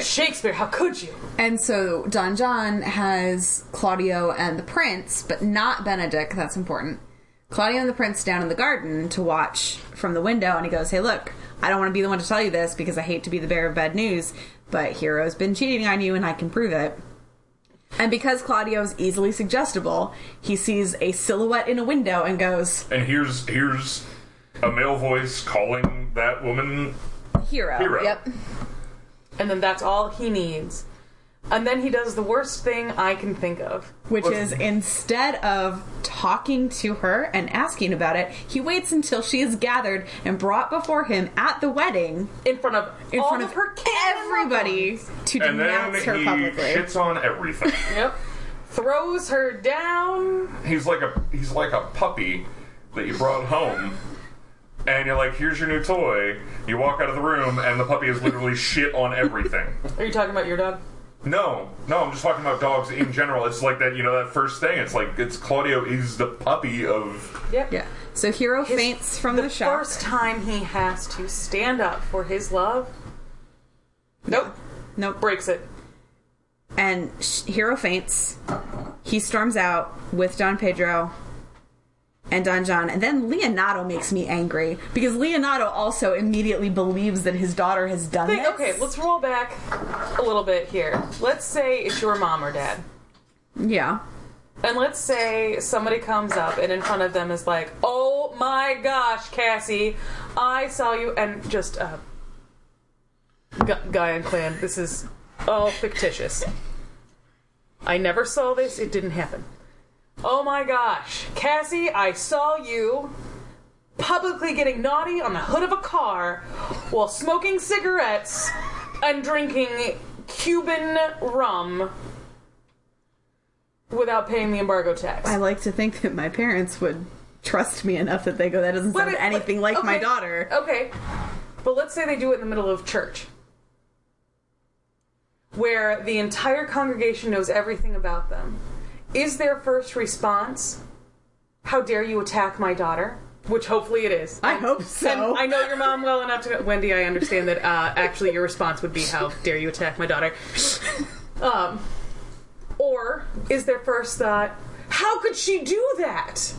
[SPEAKER 3] Shakespeare. How could you?
[SPEAKER 2] And so Don John has Claudio and the prince, but not Benedict. That's important. Claudio and the prince down in the garden to watch from the window, and he goes, "Hey, look, I don't want to be the one to tell you this because I hate to be the bearer of bad news, but Hero's been cheating on you, and I can prove it." And because Claudio is easily suggestible, he sees a silhouette in a window and goes,
[SPEAKER 4] And here's here's a male voice calling that woman
[SPEAKER 2] Hero.
[SPEAKER 4] Hero.
[SPEAKER 2] Yep.
[SPEAKER 3] and then that's all he needs. And then he does the worst thing I can think of.
[SPEAKER 2] Which is instead of talking to her and asking about it, he waits until she is gathered and brought before him at the wedding
[SPEAKER 3] In front of
[SPEAKER 2] in
[SPEAKER 3] all
[SPEAKER 2] front of
[SPEAKER 3] of her kin and
[SPEAKER 2] everybody to
[SPEAKER 4] and then
[SPEAKER 2] denounce
[SPEAKER 4] he
[SPEAKER 2] her publicly.
[SPEAKER 4] shits on everything.
[SPEAKER 3] loved ones. Yep. Throws her down.
[SPEAKER 4] he's like a he's like a puppy that you brought home and you're like here's your new toy you walk out of the room and the puppy is literally shit on everything
[SPEAKER 3] Are you talking about your dog?
[SPEAKER 4] no no i'm just talking about dogs in general it's like that you know that first thing it's like it's claudio is the puppy of
[SPEAKER 3] Yep.
[SPEAKER 2] Yeah. So Hero
[SPEAKER 3] His-
[SPEAKER 2] faints from the, shock.
[SPEAKER 3] first time he has to stand up for his love. Nope.
[SPEAKER 2] Nope.
[SPEAKER 3] Breaks it.
[SPEAKER 2] And sh- Hero faints. He storms out with Don Pedro and Don John. And then Leonardo makes me angry because Leonardo also immediately believes that his daughter has done
[SPEAKER 3] Think-
[SPEAKER 2] this.
[SPEAKER 3] okay, let's roll back a little bit here. Let's say it's your mom or dad.
[SPEAKER 2] Yeah.
[SPEAKER 3] And let's say somebody comes up and in front of them is like, "Oh my gosh, Cassie, I saw you," and just uh, Gu- guy and clan. This is all fictitious. I never saw this. It didn't happen. Oh my gosh, Cassie, I saw you publicly getting naughty on the hood of a car while smoking cigarettes and drinking Cuban rum without paying the embargo tax.
[SPEAKER 2] I like to think that my parents would trust me enough that they go, that doesn't
[SPEAKER 3] But
[SPEAKER 2] sound
[SPEAKER 3] it-
[SPEAKER 2] anything like my
[SPEAKER 3] okay,
[SPEAKER 2] daughter.
[SPEAKER 3] Okay. But let's say they do it in the middle of church. Where the entire congregation knows everything about them. Is their first response, How dare you attack my daughter? Which hopefully it is.
[SPEAKER 2] I hope so.
[SPEAKER 3] And I know your mom well enough to know, Wendy, I understand that uh, actually your response would be, How dare you attack my daughter? Um, or is their first thought, How could she do that?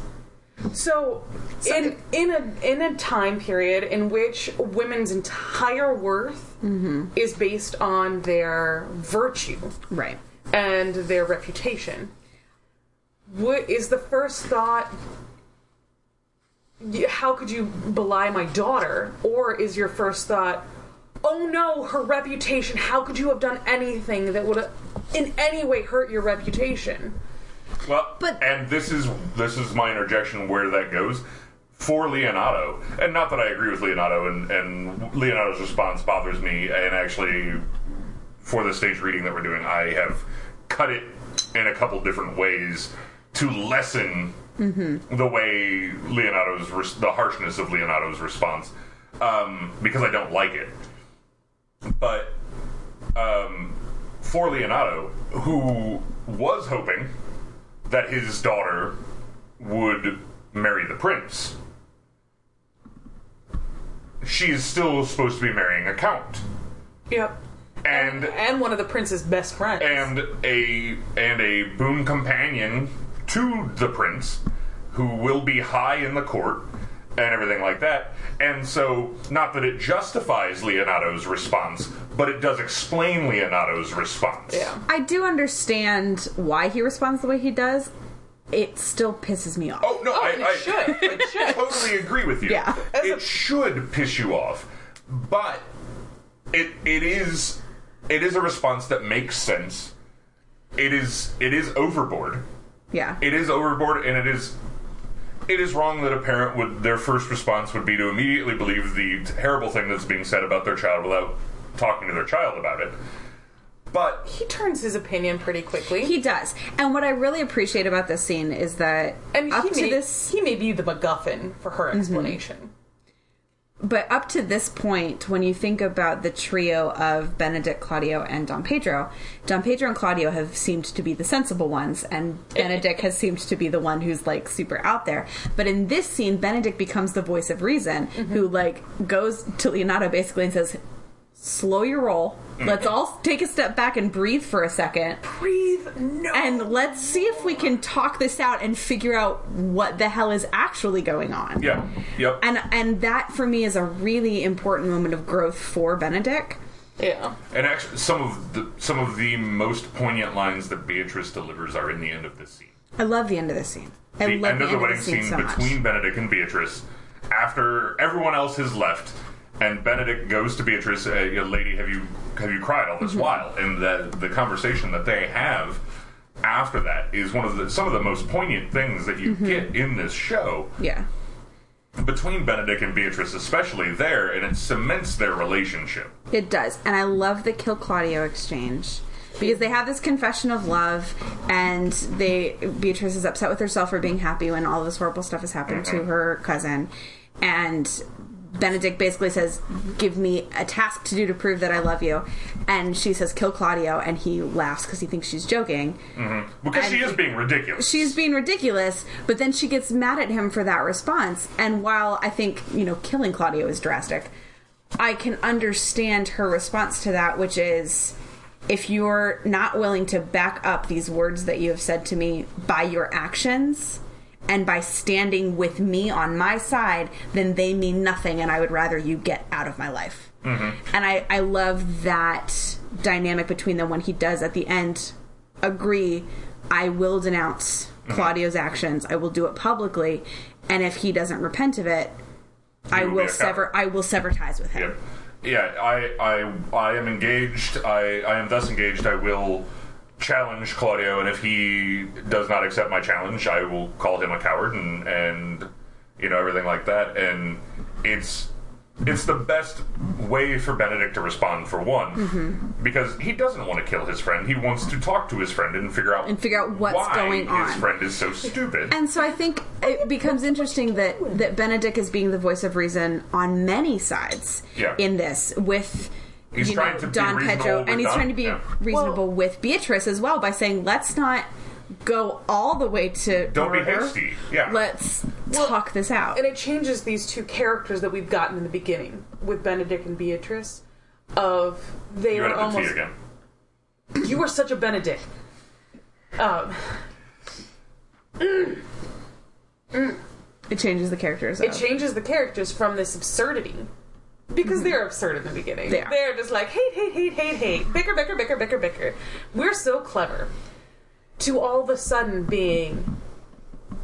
[SPEAKER 3] So, in in a in a time period in which women's entire worth is based on their virtue
[SPEAKER 2] right.
[SPEAKER 3] and their reputation, what is the first thought? y- How could you belie my daughter? Or is your first thought, oh no, her reputation? How could you have done anything that would, in any way, hurt your reputation?
[SPEAKER 4] well
[SPEAKER 2] But-
[SPEAKER 4] and this is this is my interjection where that goes for Leonardo, and not that I agree with Leonardo, and, and Leonardo's response bothers me, and actually, for the stage reading that we're doing, I have cut it in a couple different ways to lessen the way Leonardo's res- the harshness of Leonardo's response, um, because I don't like it. But um, for Leonardo, who was hoping that his daughter would marry the prince. She is still supposed to be marrying a count,
[SPEAKER 3] Yep.
[SPEAKER 4] and
[SPEAKER 3] And one of the prince's best friends.
[SPEAKER 4] and a and a boon companion to the prince, who will be high in the court and everything like that. And so, not that it justifies Leonardo's response, but it does explain Leonardo's response.
[SPEAKER 3] Yeah.
[SPEAKER 2] I do understand why he responds the way he does. It still pisses me off.
[SPEAKER 4] Oh no, I,
[SPEAKER 3] it
[SPEAKER 4] I,
[SPEAKER 3] should. It
[SPEAKER 4] I totally agree with you.
[SPEAKER 2] Yeah.
[SPEAKER 3] As
[SPEAKER 4] it
[SPEAKER 3] a-
[SPEAKER 4] should piss you off, but it it is it is a response that makes sense. It is it is overboard.
[SPEAKER 2] Yeah.
[SPEAKER 4] It is overboard, and it is it is wrong that a parent would their first response would be to immediately believe the terrible thing that's being said about their child without talking to their child about it. But
[SPEAKER 3] he turns his opinion pretty quickly.
[SPEAKER 2] He does. And what I really appreciate about this scene is that
[SPEAKER 3] and
[SPEAKER 2] up
[SPEAKER 3] he
[SPEAKER 2] to
[SPEAKER 3] may,
[SPEAKER 2] this Mm-hmm.
[SPEAKER 3] he may be the MacGuffin for her explanation.
[SPEAKER 2] but up to this point when you think about the trio of Benedict, Claudio and Don Pedro, Don Pedro and Claudio have seemed to be the sensible ones and Benedict has seemed to be the one who's like super out there. But in this scene Benedict becomes the voice of reason who like goes to Leonardo basically and says slow your roll. Let's all take a step back and breathe for a second.
[SPEAKER 3] Breathe. No.
[SPEAKER 2] and let's see if we can talk this out and figure out what the hell is actually going on.
[SPEAKER 4] yeah, yep.
[SPEAKER 2] And and that for me is a really important moment of growth for Benedict.
[SPEAKER 3] yeah.
[SPEAKER 4] And actually, some of the some of the most poignant lines that Beatrice delivers are in the end of this scene.
[SPEAKER 2] I love the end of this scene. I
[SPEAKER 4] The
[SPEAKER 2] love
[SPEAKER 4] end of the wedding scene
[SPEAKER 2] so much.
[SPEAKER 4] between Benedict and Beatrice after everyone else has left, and Benedict goes to Beatrice, uh, you know, "Lady, have you have you cried all
[SPEAKER 2] Mm-hmm.
[SPEAKER 4] this while?" And the the conversation that they have after that is one of the some of the most poignant things that
[SPEAKER 2] Mm-hmm.
[SPEAKER 4] you get in this show
[SPEAKER 2] Yeah.
[SPEAKER 4] between Benedict and Beatrice, especially there, and it cements their relationship.
[SPEAKER 2] It does. And I love the kill Claudio exchange because they have this confession of love and they Beatrice is upset with herself for being happy when all this horrible stuff has happened
[SPEAKER 4] Mm-hmm.
[SPEAKER 2] to her cousin and Benedict basically says, "Give me a task to do to prove that I love you," and she says, "Kill Claudio," and he laughs because he thinks she's joking.
[SPEAKER 4] Because she
[SPEAKER 2] And-
[SPEAKER 4] is being ridiculous.
[SPEAKER 2] She's being ridiculous, but then she gets mad at him for that response. And while I think, you know, killing Claudio is drastic, I can understand her response to that, which is if you're not willing to back up these words that you have said to me by your actions and by standing with me on my side, then they mean nothing, and I would rather you get out of my life.
[SPEAKER 4] Mm-hmm.
[SPEAKER 2] And I, I love that dynamic between them when he does at the end agree, I will denounce
[SPEAKER 4] Mm-hmm.
[SPEAKER 2] Claudio's actions, I will do it publicly, and if he doesn't repent of it, I
[SPEAKER 4] will be
[SPEAKER 2] will
[SPEAKER 4] a
[SPEAKER 2] sever
[SPEAKER 4] coward.
[SPEAKER 2] I will sever ties with him.
[SPEAKER 4] Yep. Yeah, I, I, I am engaged. I, I am thus engaged. I will challenge Claudio, and if he does not accept my challenge, I will call him a coward and, and you know everything like that. And it's it's the best way for Benedict to respond for one,
[SPEAKER 2] Mm-hmm.
[SPEAKER 4] because he doesn't want to kill his friend. He wants to talk to his friend and figure out
[SPEAKER 2] And figure out what's
[SPEAKER 4] why
[SPEAKER 2] going on.
[SPEAKER 4] His friend is so stupid.
[SPEAKER 2] And so I think it becomes interesting that, that Benedict is being the voice of reason on many sides
[SPEAKER 4] Yeah.
[SPEAKER 2] in this with
[SPEAKER 4] He's
[SPEAKER 2] you know,
[SPEAKER 4] trying to be
[SPEAKER 2] Don
[SPEAKER 4] reasonable
[SPEAKER 2] Pedro
[SPEAKER 4] with
[SPEAKER 2] and he's
[SPEAKER 4] Don-
[SPEAKER 2] trying to be
[SPEAKER 4] yeah.
[SPEAKER 2] reasonable with Beatrice as well by saying let's not go all the way to
[SPEAKER 4] Don't be
[SPEAKER 2] murder.
[SPEAKER 4] hasty. Yeah.
[SPEAKER 2] Let's talk this out.
[SPEAKER 3] and it changes these two characters that we've gotten in the beginning with Benedict and Beatrice. Of they
[SPEAKER 4] You're
[SPEAKER 3] were
[SPEAKER 4] at the
[SPEAKER 3] almost
[SPEAKER 4] tea again.
[SPEAKER 3] you were such a Benedict. Um,
[SPEAKER 2] It changes the characters.
[SPEAKER 3] it
[SPEAKER 2] of-
[SPEAKER 3] changes the characters from this absurdity because they're absurd in the beginning.
[SPEAKER 2] Mm-hmm. They are.
[SPEAKER 3] They're just like hate, hate, hate, hate, hate, bicker, bicker, bicker, bicker, bicker. We're so clever. To all of a sudden being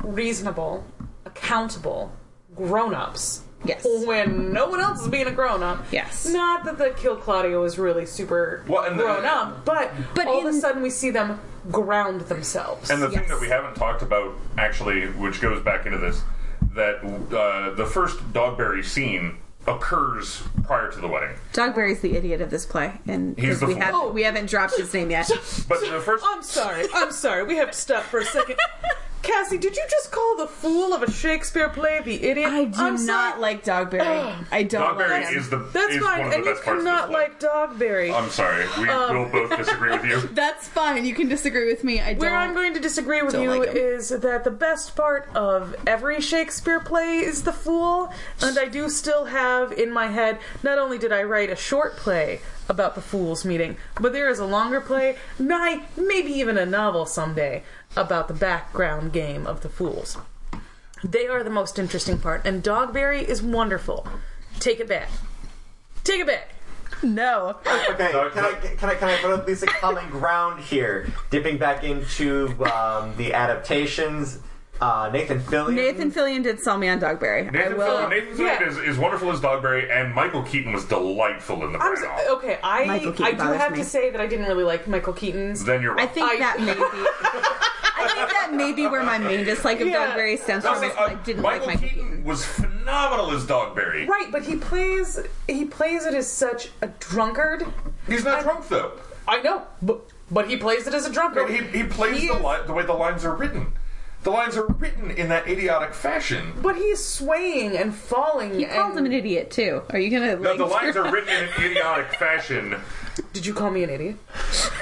[SPEAKER 3] reasonable, accountable, grown ups.
[SPEAKER 2] Yes.
[SPEAKER 3] When no one else is being a grown up.
[SPEAKER 2] Yes.
[SPEAKER 3] Not that the Kill Claudio is really super
[SPEAKER 4] Well, and the-
[SPEAKER 3] grown up, but,
[SPEAKER 2] But
[SPEAKER 3] all of
[SPEAKER 2] in-
[SPEAKER 3] a sudden we see them ground themselves.
[SPEAKER 4] And the thing
[SPEAKER 2] Yes.
[SPEAKER 4] that we haven't talked about, actually, which goes back into this, that uh, the first Dogberry scene occurs prior to the wedding.
[SPEAKER 2] Dogberry's the idiot of this play, and
[SPEAKER 4] He's
[SPEAKER 2] 'cause
[SPEAKER 4] the
[SPEAKER 2] we
[SPEAKER 4] fool.
[SPEAKER 2] have we haven't dropped his name yet.
[SPEAKER 4] But the first,
[SPEAKER 3] I'm sorry. I'm sorry. We have to stop for a second. Cassie, did you just call the fool of a Shakespeare play the idiot?
[SPEAKER 2] I do
[SPEAKER 3] I'm
[SPEAKER 2] not
[SPEAKER 3] sorry.
[SPEAKER 2] like Dogberry. I don't
[SPEAKER 4] Dogberry
[SPEAKER 2] like him.
[SPEAKER 4] is the
[SPEAKER 3] That's
[SPEAKER 4] is
[SPEAKER 3] fine,
[SPEAKER 4] one of the
[SPEAKER 3] and you
[SPEAKER 4] best parts
[SPEAKER 3] cannot
[SPEAKER 4] of this play.
[SPEAKER 3] like Dogberry. Um,
[SPEAKER 4] I'm sorry, we will both disagree with you.
[SPEAKER 2] That's fine. You can disagree with me. I don't.
[SPEAKER 3] Where I'm going to disagree with
[SPEAKER 2] Don't
[SPEAKER 3] you
[SPEAKER 2] like him.
[SPEAKER 3] is that the best part of every Shakespeare play is the fool, and I do still have in my head. Not only did I write a short play about the fools meeting, but there is a longer play, nigh maybe even a novel someday about the background game of the fools. They are the most interesting part, and Dogberry is wonderful. Take it back. Take it back. No.
[SPEAKER 5] Okay, can I can I can I put at least a common ground here? Dipping back into um, the adaptations, uh, Nathan Fillion.
[SPEAKER 2] Nathan Fillion did sell me on Dogberry. I
[SPEAKER 4] Nathan
[SPEAKER 2] will.
[SPEAKER 4] Fillion, Nathan
[SPEAKER 3] yeah.
[SPEAKER 4] Fillion is, is wonderful as Dogberry, and Michael Keaton was delightful in the
[SPEAKER 3] I'm
[SPEAKER 4] Brown
[SPEAKER 3] so,
[SPEAKER 4] Owl.
[SPEAKER 3] okay, I
[SPEAKER 2] Michael Keaton
[SPEAKER 3] I do
[SPEAKER 2] bothers
[SPEAKER 3] have
[SPEAKER 2] me.
[SPEAKER 3] to say that I didn't really like Michael Keaton's.
[SPEAKER 4] Then you're right.
[SPEAKER 2] I think
[SPEAKER 3] I-
[SPEAKER 2] that may be. I think that may be where my main dislike of
[SPEAKER 3] Yeah.
[SPEAKER 2] Dogberry stems
[SPEAKER 4] I
[SPEAKER 2] from.
[SPEAKER 4] think,
[SPEAKER 2] is
[SPEAKER 4] uh,
[SPEAKER 2] I didn't
[SPEAKER 4] Michael,
[SPEAKER 2] like Michael
[SPEAKER 4] Keaton,
[SPEAKER 2] Keaton.
[SPEAKER 4] was phenomenal as Dogberry.
[SPEAKER 3] Right, but he plays he plays it as such a drunkard.
[SPEAKER 4] He's not drunk though.
[SPEAKER 3] I know, but but he plays it as a drunkard.
[SPEAKER 4] He, he plays
[SPEAKER 3] He
[SPEAKER 4] the,
[SPEAKER 3] is-
[SPEAKER 4] li- the way the lines are written. The lines are written in that idiotic fashion.
[SPEAKER 3] But he's swaying and falling.
[SPEAKER 2] You called him an idiot too. Are you gonna?
[SPEAKER 4] No,
[SPEAKER 2] Like,
[SPEAKER 4] the lines are written in an idiotic fashion.
[SPEAKER 3] Did you call me an idiot?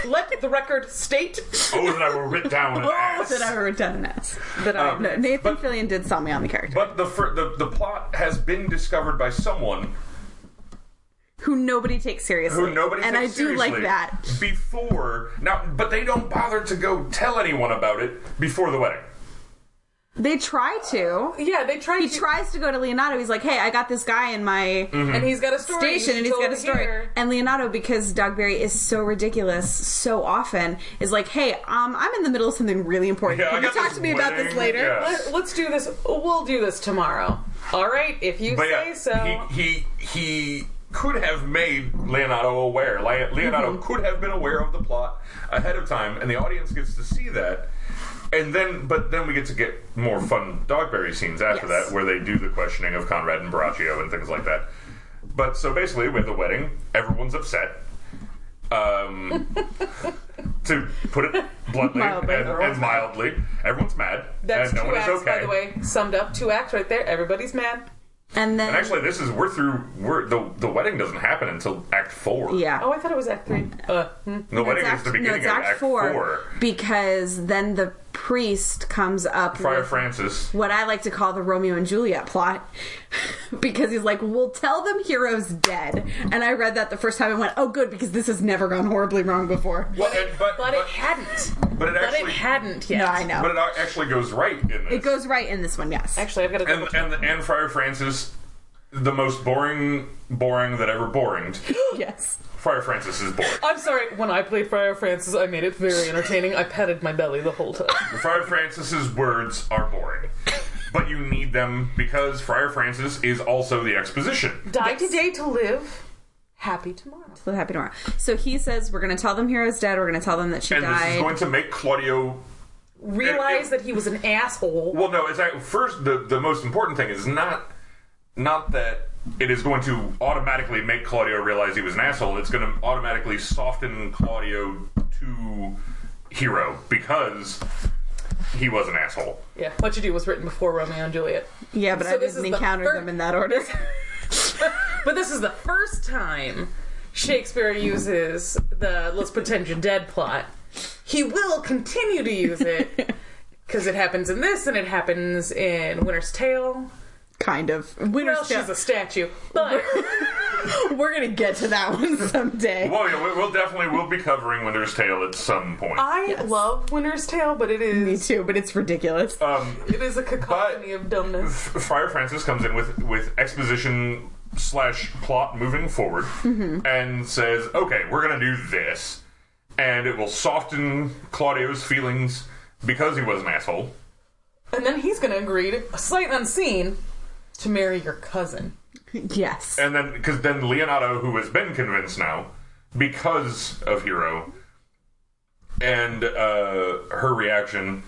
[SPEAKER 3] Let the record state
[SPEAKER 4] Oh, that I were writ down an ass.
[SPEAKER 2] Oh, that I wrote down an ass.
[SPEAKER 3] that I
[SPEAKER 4] Um,
[SPEAKER 2] No, Nathan Fillion did sell me on the character,
[SPEAKER 4] But the, fir- the the plot has been discovered by someone
[SPEAKER 2] who nobody takes seriously.
[SPEAKER 4] who nobody
[SPEAKER 2] and
[SPEAKER 4] takes
[SPEAKER 2] I do like
[SPEAKER 4] seriously
[SPEAKER 2] that.
[SPEAKER 4] before now, but they don't bother to go tell anyone about it before the wedding.
[SPEAKER 2] They try to.
[SPEAKER 3] yeah, they tried.
[SPEAKER 2] He
[SPEAKER 3] to,
[SPEAKER 2] tries to go to Leonardo. He's like, "Hey, I got this guy in my
[SPEAKER 3] and he's got a story. you
[SPEAKER 2] station, and
[SPEAKER 3] should
[SPEAKER 2] he's
[SPEAKER 3] go
[SPEAKER 2] got a
[SPEAKER 3] over
[SPEAKER 2] story."
[SPEAKER 3] here.
[SPEAKER 2] And Leonardo, because Dogberry is so ridiculous so often, is like, "Hey, um, I'm in the middle of something really important.
[SPEAKER 4] Yeah, I
[SPEAKER 2] Can you
[SPEAKER 4] got
[SPEAKER 2] talk
[SPEAKER 4] this
[SPEAKER 2] to me about this
[SPEAKER 4] wedding,
[SPEAKER 2] later?"
[SPEAKER 4] yeah.
[SPEAKER 3] Let, let's do this. We'll do this tomorrow. All right, if you
[SPEAKER 4] But
[SPEAKER 3] say
[SPEAKER 4] yeah,
[SPEAKER 3] so.
[SPEAKER 4] he he he could have made Leonardo aware. Le- Leonardo
[SPEAKER 3] Mm-hmm.
[SPEAKER 4] could have been aware of the plot ahead of time, and the audience gets to see that. And then, but then we get to get more fun Dogberry scenes after
[SPEAKER 3] Yes.
[SPEAKER 4] that, where they do the questioning of Conrad and Baraccio and things like that. But so basically, we have the wedding. Everyone's upset. Um, to put it bluntly
[SPEAKER 3] Mildly.
[SPEAKER 4] and, and mildly, everyone's mad,
[SPEAKER 3] That's
[SPEAKER 4] and no
[SPEAKER 3] two
[SPEAKER 4] one
[SPEAKER 3] acts,
[SPEAKER 4] is okay.
[SPEAKER 3] by the way. Summed up, two acts right there. Everybody's mad.
[SPEAKER 6] And then
[SPEAKER 4] And actually, this is we're through. We're the the wedding doesn't happen until Act Four.
[SPEAKER 6] yeah.
[SPEAKER 3] Oh, I thought it was Act Three. Uh, hmm.
[SPEAKER 4] the wedding is the beginning
[SPEAKER 6] it's
[SPEAKER 4] of
[SPEAKER 6] Act four, because then the priest comes up
[SPEAKER 4] Friar
[SPEAKER 6] with
[SPEAKER 4] Francis.
[SPEAKER 6] what I like to call the Romeo and Juliet plot because he's like, "We'll tell them hero's dead." And I read that the first time and went, "Oh, good," because this has never gone horribly wrong before.
[SPEAKER 4] Well, and- but,
[SPEAKER 3] But it hadn't.
[SPEAKER 4] but it
[SPEAKER 3] But
[SPEAKER 4] actually
[SPEAKER 3] it hadn't yet.
[SPEAKER 6] No, I know
[SPEAKER 4] but it a- actually goes right in this.
[SPEAKER 6] it goes right in this one. Yes,
[SPEAKER 3] Actually, I've got to
[SPEAKER 4] and
[SPEAKER 3] go.
[SPEAKER 4] and and Friar Francis, the most boring boring that ever boringed.
[SPEAKER 6] yes.
[SPEAKER 4] Friar Francis is boring.
[SPEAKER 3] I'm sorry. When I played Friar Francis, I made it very entertaining. I patted my belly the whole time.
[SPEAKER 4] Friar Francis's words are boring, but you need them because Friar Francis is also the exposition.
[SPEAKER 3] Die today to live. Happy tomorrow.
[SPEAKER 6] So happy tomorrow. So he says, "We're going to tell them hero's dead. We're going to tell them that she
[SPEAKER 4] And this is
[SPEAKER 6] died."
[SPEAKER 4] going to make Claudio
[SPEAKER 3] Realize that he was an asshole.
[SPEAKER 4] Well, no. It's act- first the the most important thing is not not that it is going to automatically make Claudio realize he was an asshole. It's going to automatically soften Claudio to hero because he was an asshole.
[SPEAKER 3] Yeah. What you do was written before Romeo and Juliet.
[SPEAKER 6] yeah, but
[SPEAKER 3] So
[SPEAKER 6] I
[SPEAKER 3] this
[SPEAKER 6] didn't
[SPEAKER 3] is the
[SPEAKER 6] encounter
[SPEAKER 3] fir-
[SPEAKER 6] them in that order.
[SPEAKER 3] but this is the first time Shakespeare uses the let's pretend you're dead plot. He will continue to use it because it happens in this and it happens in Winter's Tale.
[SPEAKER 6] kind of.
[SPEAKER 3] Well, she's a statue, but
[SPEAKER 6] We're going to get to that one someday.
[SPEAKER 4] Well, yeah, we- we'll definitely we'll be covering Winter's Tale at some point.
[SPEAKER 3] I love Winter's Tale, but it
[SPEAKER 6] Me
[SPEAKER 3] is
[SPEAKER 6] too, but it's ridiculous.
[SPEAKER 4] Um,
[SPEAKER 3] it is a cacophony
[SPEAKER 4] But-
[SPEAKER 3] of dumbness.
[SPEAKER 4] Friar Francis comes in with with exposition slash plot moving forward
[SPEAKER 6] Mm-hmm.
[SPEAKER 4] and says, "Okay, we're gonna do this, and it will soften Claudio's feelings because he was an asshole."
[SPEAKER 3] And then he's going to agree, to, sight unseen, to marry your cousin.
[SPEAKER 6] yes.
[SPEAKER 4] And then because then Leonardo, who has been convinced now because of Hero and uh, her reaction.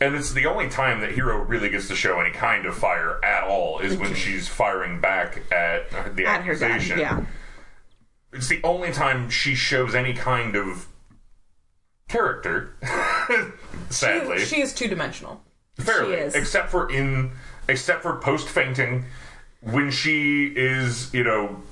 [SPEAKER 4] And it's the only time that Hero really gets to show any kind of fire at all is when she's firing back at the
[SPEAKER 6] At her dad.
[SPEAKER 4] accusation.
[SPEAKER 6] Yeah.
[SPEAKER 4] it's the only time she shows any kind of character. Sadly,
[SPEAKER 3] She is two dimensional.
[SPEAKER 4] fairly,
[SPEAKER 6] she is.
[SPEAKER 4] except for in, except for post fainting, when she is, you know,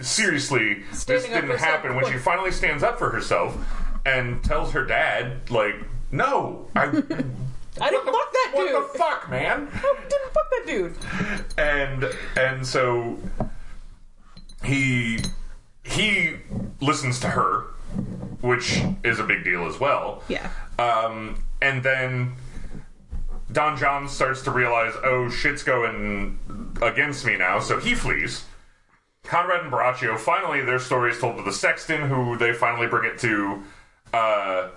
[SPEAKER 4] seriously, this
[SPEAKER 3] Standing up
[SPEAKER 4] didn't
[SPEAKER 3] for herself.
[SPEAKER 4] happen. When she finally stands up for herself and tells her dad, like, no, I.
[SPEAKER 3] I didn't fuck that dude.
[SPEAKER 4] What the fuck, man?
[SPEAKER 3] I didn't fuck that dude.
[SPEAKER 4] and and so he he listens to her, which is a big deal as well.
[SPEAKER 6] Yeah.
[SPEAKER 4] Um, and then Don John starts to realize, oh shit's going against me now, so he flees. Conrad and Baraccio finally their story is told to the sexton, who they finally bring it to. Uh,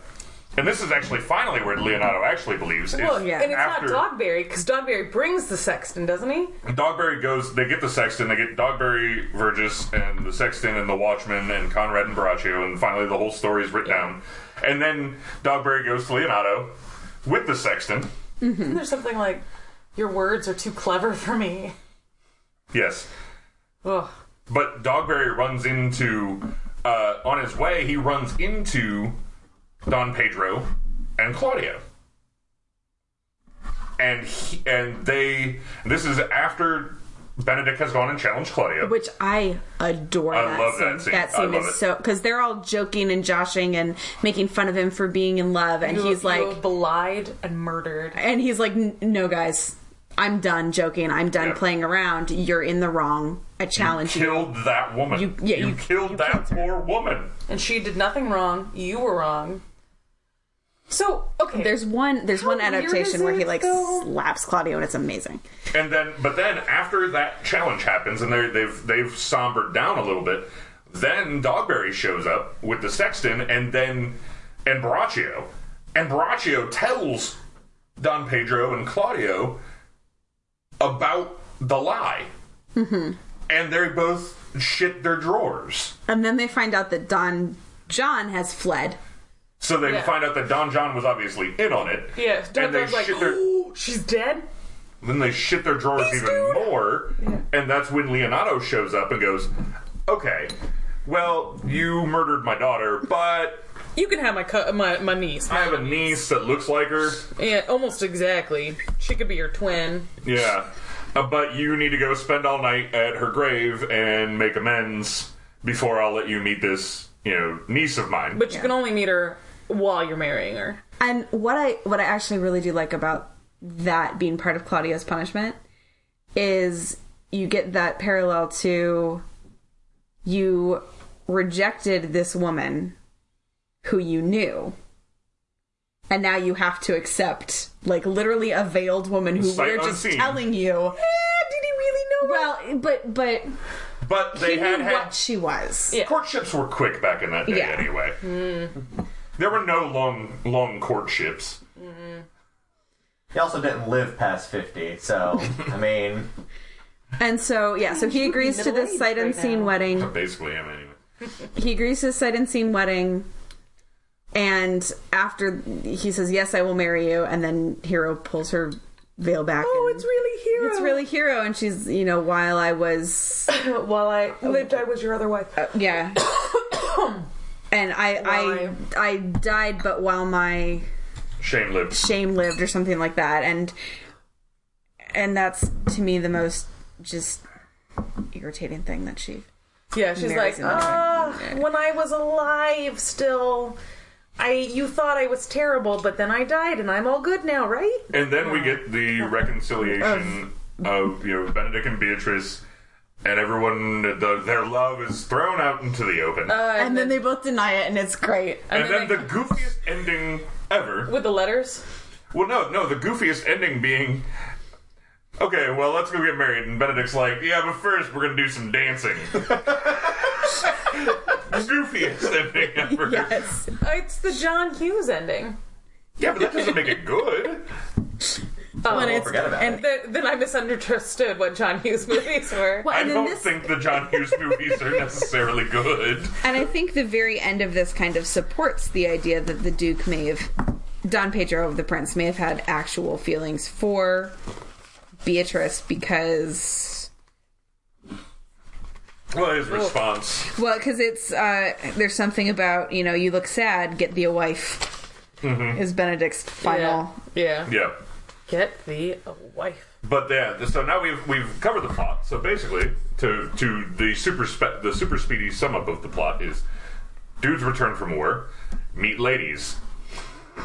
[SPEAKER 4] and this is actually finally where Leonardo actually believes. is
[SPEAKER 3] Well, and it's
[SPEAKER 4] after-
[SPEAKER 3] not Dogberry because Dogberry brings the sexton, doesn't he?
[SPEAKER 4] Dogberry goes. They get the sexton. They get Dogberry, Vergis, and the sexton, and the watchman, and Conrad and Baraccio, and finally the whole story is written down. And then Dogberry goes to Leonardo with the sexton.
[SPEAKER 6] Hmm.
[SPEAKER 3] Isn't there something like, "Your words are too clever for me"?
[SPEAKER 4] Yes,
[SPEAKER 3] Ugh.
[SPEAKER 4] but Dogberry runs into. Uh, on his way, he runs into Don Pedro and Claudio. And he, and they. This is after Benedict has gone and challenged Claudio.
[SPEAKER 6] Which I adore.
[SPEAKER 4] I
[SPEAKER 6] that
[SPEAKER 4] love
[SPEAKER 6] scene.
[SPEAKER 4] that scene.
[SPEAKER 6] That
[SPEAKER 4] I
[SPEAKER 6] scene
[SPEAKER 4] love
[SPEAKER 6] is
[SPEAKER 4] it.
[SPEAKER 6] so because they're all joking and joshing and making fun of him for being in love, and
[SPEAKER 3] You-
[SPEAKER 6] he's
[SPEAKER 3] you
[SPEAKER 6] like,
[SPEAKER 3] have belied and murdered.
[SPEAKER 6] and he's like, "N- no, guys, I'm done joking. I'm done
[SPEAKER 4] Yeah.
[SPEAKER 6] playing around. You're in the wrong. I challenge you.
[SPEAKER 4] killed that woman.
[SPEAKER 6] You- yeah, you-
[SPEAKER 4] killed
[SPEAKER 6] you
[SPEAKER 4] that
[SPEAKER 6] killed her.
[SPEAKER 4] poor woman.
[SPEAKER 3] And she did nothing wrong. You were wrong. So okay,
[SPEAKER 6] There's one. There's
[SPEAKER 3] How
[SPEAKER 6] one
[SPEAKER 3] weird is
[SPEAKER 6] adaptation where he
[SPEAKER 3] it,
[SPEAKER 6] like
[SPEAKER 3] though?
[SPEAKER 6] slaps Claudio, and it's amazing.
[SPEAKER 4] And then, but then after that challenge happens, and they they've they've sombered down a little bit. Then Dogberry shows up with the sexton, and then and Baraccio, and Baraccio tells Don Pedro and Claudio, about the lie.
[SPEAKER 3] Mm-hmm.
[SPEAKER 4] And they both shit their drawers.
[SPEAKER 2] And then they find out that Don John has fled.
[SPEAKER 4] So they
[SPEAKER 3] Yeah.
[SPEAKER 4] find out that Don John was obviously in on it.
[SPEAKER 3] Yeah, Don
[SPEAKER 4] and they
[SPEAKER 3] John's like,
[SPEAKER 4] shit their
[SPEAKER 3] "Ooh, she's dead.
[SPEAKER 4] then they shit their drawers even more. And that's when Leonardo shows up and goes, "Okay, well, you murdered my daughter, but
[SPEAKER 3] You can have my co- my my niece.
[SPEAKER 4] I have a niece that looks like her.
[SPEAKER 3] Yeah, almost exactly. She could be your twin.
[SPEAKER 4] Yeah, Uh, but you need to go spend all night at her grave and make amends before I'll let you meet this, you know, niece of mine."
[SPEAKER 3] But you can only meet her while you're marrying her.
[SPEAKER 2] And what I what I actually really do like about that being part of Claudio's punishment is you get that parallel to you rejected this woman who you knew. And now you have to accept like literally a veiled woman who
[SPEAKER 4] Sight
[SPEAKER 2] we're just
[SPEAKER 4] unseen.
[SPEAKER 2] telling you.
[SPEAKER 3] Did he really
[SPEAKER 2] Well, but but
[SPEAKER 4] but they
[SPEAKER 2] he
[SPEAKER 4] had
[SPEAKER 2] knew
[SPEAKER 4] had
[SPEAKER 2] what she was.
[SPEAKER 3] Yeah. Hmm.
[SPEAKER 4] courtships were quick back in that day,
[SPEAKER 2] Yeah.
[SPEAKER 4] anyway. There were no long, long courtships.
[SPEAKER 5] He also didn't live past 50, so, I mean,
[SPEAKER 2] And so yeah, so he agrees to this
[SPEAKER 3] middle-aged
[SPEAKER 2] sight
[SPEAKER 3] right
[SPEAKER 2] unseen
[SPEAKER 3] now.
[SPEAKER 2] wedding.
[SPEAKER 4] Basically, I mean, anyway.
[SPEAKER 2] he agrees to his sight unseen wedding and after he says yes i will marry you and then hero pulls her veil back
[SPEAKER 3] Oh,
[SPEAKER 2] and
[SPEAKER 3] it's really hero.
[SPEAKER 2] it's really hero and she's you know while i was
[SPEAKER 3] While I Uh, lived, I was your other wife.
[SPEAKER 2] yeah and I, I
[SPEAKER 3] While
[SPEAKER 2] i died but while my
[SPEAKER 4] Shame lived.
[SPEAKER 2] shame lived or something like that and and that's to me the most just irritating thing that she
[SPEAKER 3] Yeah, she's
[SPEAKER 2] Mary's
[SPEAKER 3] like,
[SPEAKER 2] in the train.
[SPEAKER 3] ah, when I was alive, still, I you thought I was terrible, but then I died, and I'm all good now, right?
[SPEAKER 4] And then we get the reconciliation of you know Benedict and Beatrice, and everyone the, their love is thrown out into the open,
[SPEAKER 2] and then they both deny it Uh, and it's great
[SPEAKER 4] and then
[SPEAKER 3] then
[SPEAKER 4] the goofiest ending ever.
[SPEAKER 3] With the letters,
[SPEAKER 4] Well, no, no, the goofiest ending being. Okay, well, let's go get married. And Benedict's like, yeah, but first we're gonna do some dancing. goofiest ending ever.
[SPEAKER 2] yes
[SPEAKER 3] Uh, it's the John Hughes ending.
[SPEAKER 4] Yeah, but that doesn't make it good.
[SPEAKER 3] Oh,
[SPEAKER 2] When it's-
[SPEAKER 5] forget about
[SPEAKER 2] and
[SPEAKER 5] it.
[SPEAKER 3] Th- then I misunderstood what John Hughes movies were.
[SPEAKER 2] Well,
[SPEAKER 4] I
[SPEAKER 2] and then
[SPEAKER 4] don't
[SPEAKER 2] this-
[SPEAKER 4] think the John Hughes movies are necessarily good.
[SPEAKER 2] And I think the very end of this kind of supports the idea that the Duke may have, Don Pedro of the Prince may have had actual feelings for Beatrice because,
[SPEAKER 4] Well, his response.
[SPEAKER 2] well, because it's, uh, there's something about, you know, you look sad, get thee a wife, is Benedict's final.
[SPEAKER 3] Yeah.
[SPEAKER 4] Yeah.
[SPEAKER 3] Get the wife.
[SPEAKER 4] But yeah, so now we've we've covered the plot. So basically, to to the super spe- the super speedy sum up of the plot is: dudes return from war, meet ladies.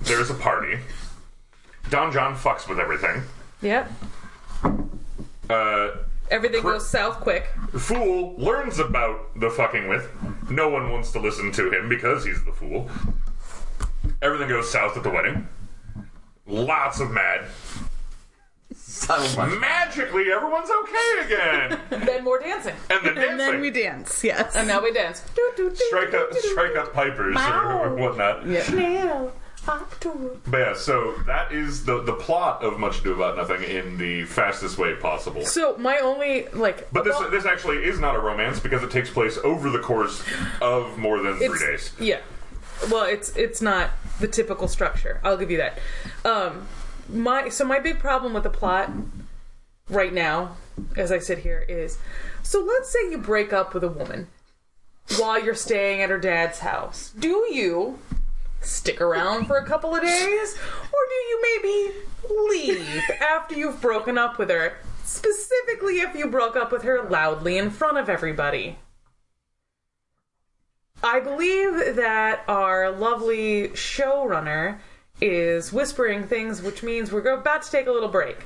[SPEAKER 4] There's a party. Don John fucks with everything.
[SPEAKER 3] Yep.
[SPEAKER 4] Uh,
[SPEAKER 3] Everything
[SPEAKER 4] Cri-
[SPEAKER 3] goes south quick.
[SPEAKER 4] fool learns about the fucking with. No one wants to listen to him because he's the fool. Everything goes south at the wedding. Lots of mad.
[SPEAKER 5] so much.
[SPEAKER 4] Magically, everyone's okay again.
[SPEAKER 3] Then more dancing.
[SPEAKER 4] And the dancing.
[SPEAKER 2] Then we dance, yes.
[SPEAKER 3] And now we dance. Do, do, do,
[SPEAKER 4] strike
[SPEAKER 3] do,
[SPEAKER 4] up
[SPEAKER 3] do, do.
[SPEAKER 4] strike up pipers or, or whatnot.
[SPEAKER 3] Now, October.
[SPEAKER 4] But yeah, so that is the the plot of Much Ado About Nothing in the fastest way possible.
[SPEAKER 3] So my only like,
[SPEAKER 4] But this
[SPEAKER 3] well,
[SPEAKER 4] this actually is not a romance because it takes place over the course of more than three
[SPEAKER 3] it's-
[SPEAKER 4] days.
[SPEAKER 3] Yeah. Well, it's it's not the typical structure. I'll give you that. Um, my so my big problem with the plot right now, as I sit here, is so let's say you break up with a woman while you're staying at her dad's house. Do you stick around for a couple of days, or do you maybe leave after you've broken up with her? Specifically, if you broke up with her loudly in front of everybody. I believe that our lovely showrunner is whispering things, which means we're about to take a little break.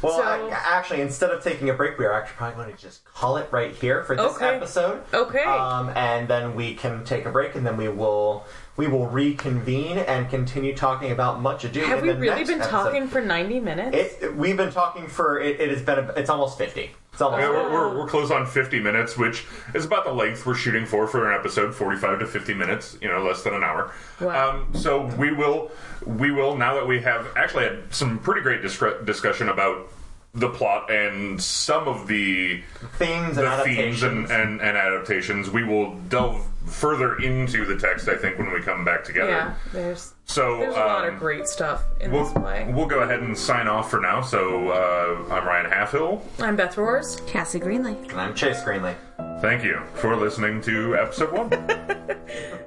[SPEAKER 5] Well,
[SPEAKER 3] So-
[SPEAKER 5] I- actually, instead of taking a break, we are actually probably going to just call it right here for this
[SPEAKER 3] Okay.
[SPEAKER 5] episode.
[SPEAKER 3] Okay.
[SPEAKER 5] Um, and then we can take a break, and then we will we will reconvene and continue talking about much ado.
[SPEAKER 3] Have
[SPEAKER 5] in
[SPEAKER 3] we
[SPEAKER 5] the
[SPEAKER 3] really
[SPEAKER 5] next
[SPEAKER 3] been
[SPEAKER 5] episode.
[SPEAKER 3] talking for 90 minutes?
[SPEAKER 5] It, we've been talking for it, it has been a, it's almost fifty. It's almost.
[SPEAKER 4] Yeah, we're,
[SPEAKER 3] Oh.
[SPEAKER 4] we're, we're close on 50 minutes, which is about the length we're shooting for for an episode, 45 to 50 minutes, you know, less than an hour.
[SPEAKER 3] Wow.
[SPEAKER 4] Um, so we will, we will now that we have actually had some pretty great discre- discussion about the plot and some of the
[SPEAKER 5] Themes and
[SPEAKER 4] the themes
[SPEAKER 5] adaptations.
[SPEAKER 4] and, and, and adaptations. We will delve further into the text, I think, when we come back together.
[SPEAKER 3] Yeah, there's
[SPEAKER 4] So
[SPEAKER 3] there's a lot
[SPEAKER 4] um,
[SPEAKER 3] of great stuff in
[SPEAKER 4] We'll,
[SPEAKER 3] this play.
[SPEAKER 4] we'll go ahead and sign off for now. So uh, I'm Ryan Halfhill.
[SPEAKER 3] I'm Beth Roars.
[SPEAKER 6] Cassie Greenley.
[SPEAKER 5] and I'm Chase Greenley.
[SPEAKER 4] Thank you for listening to episode one.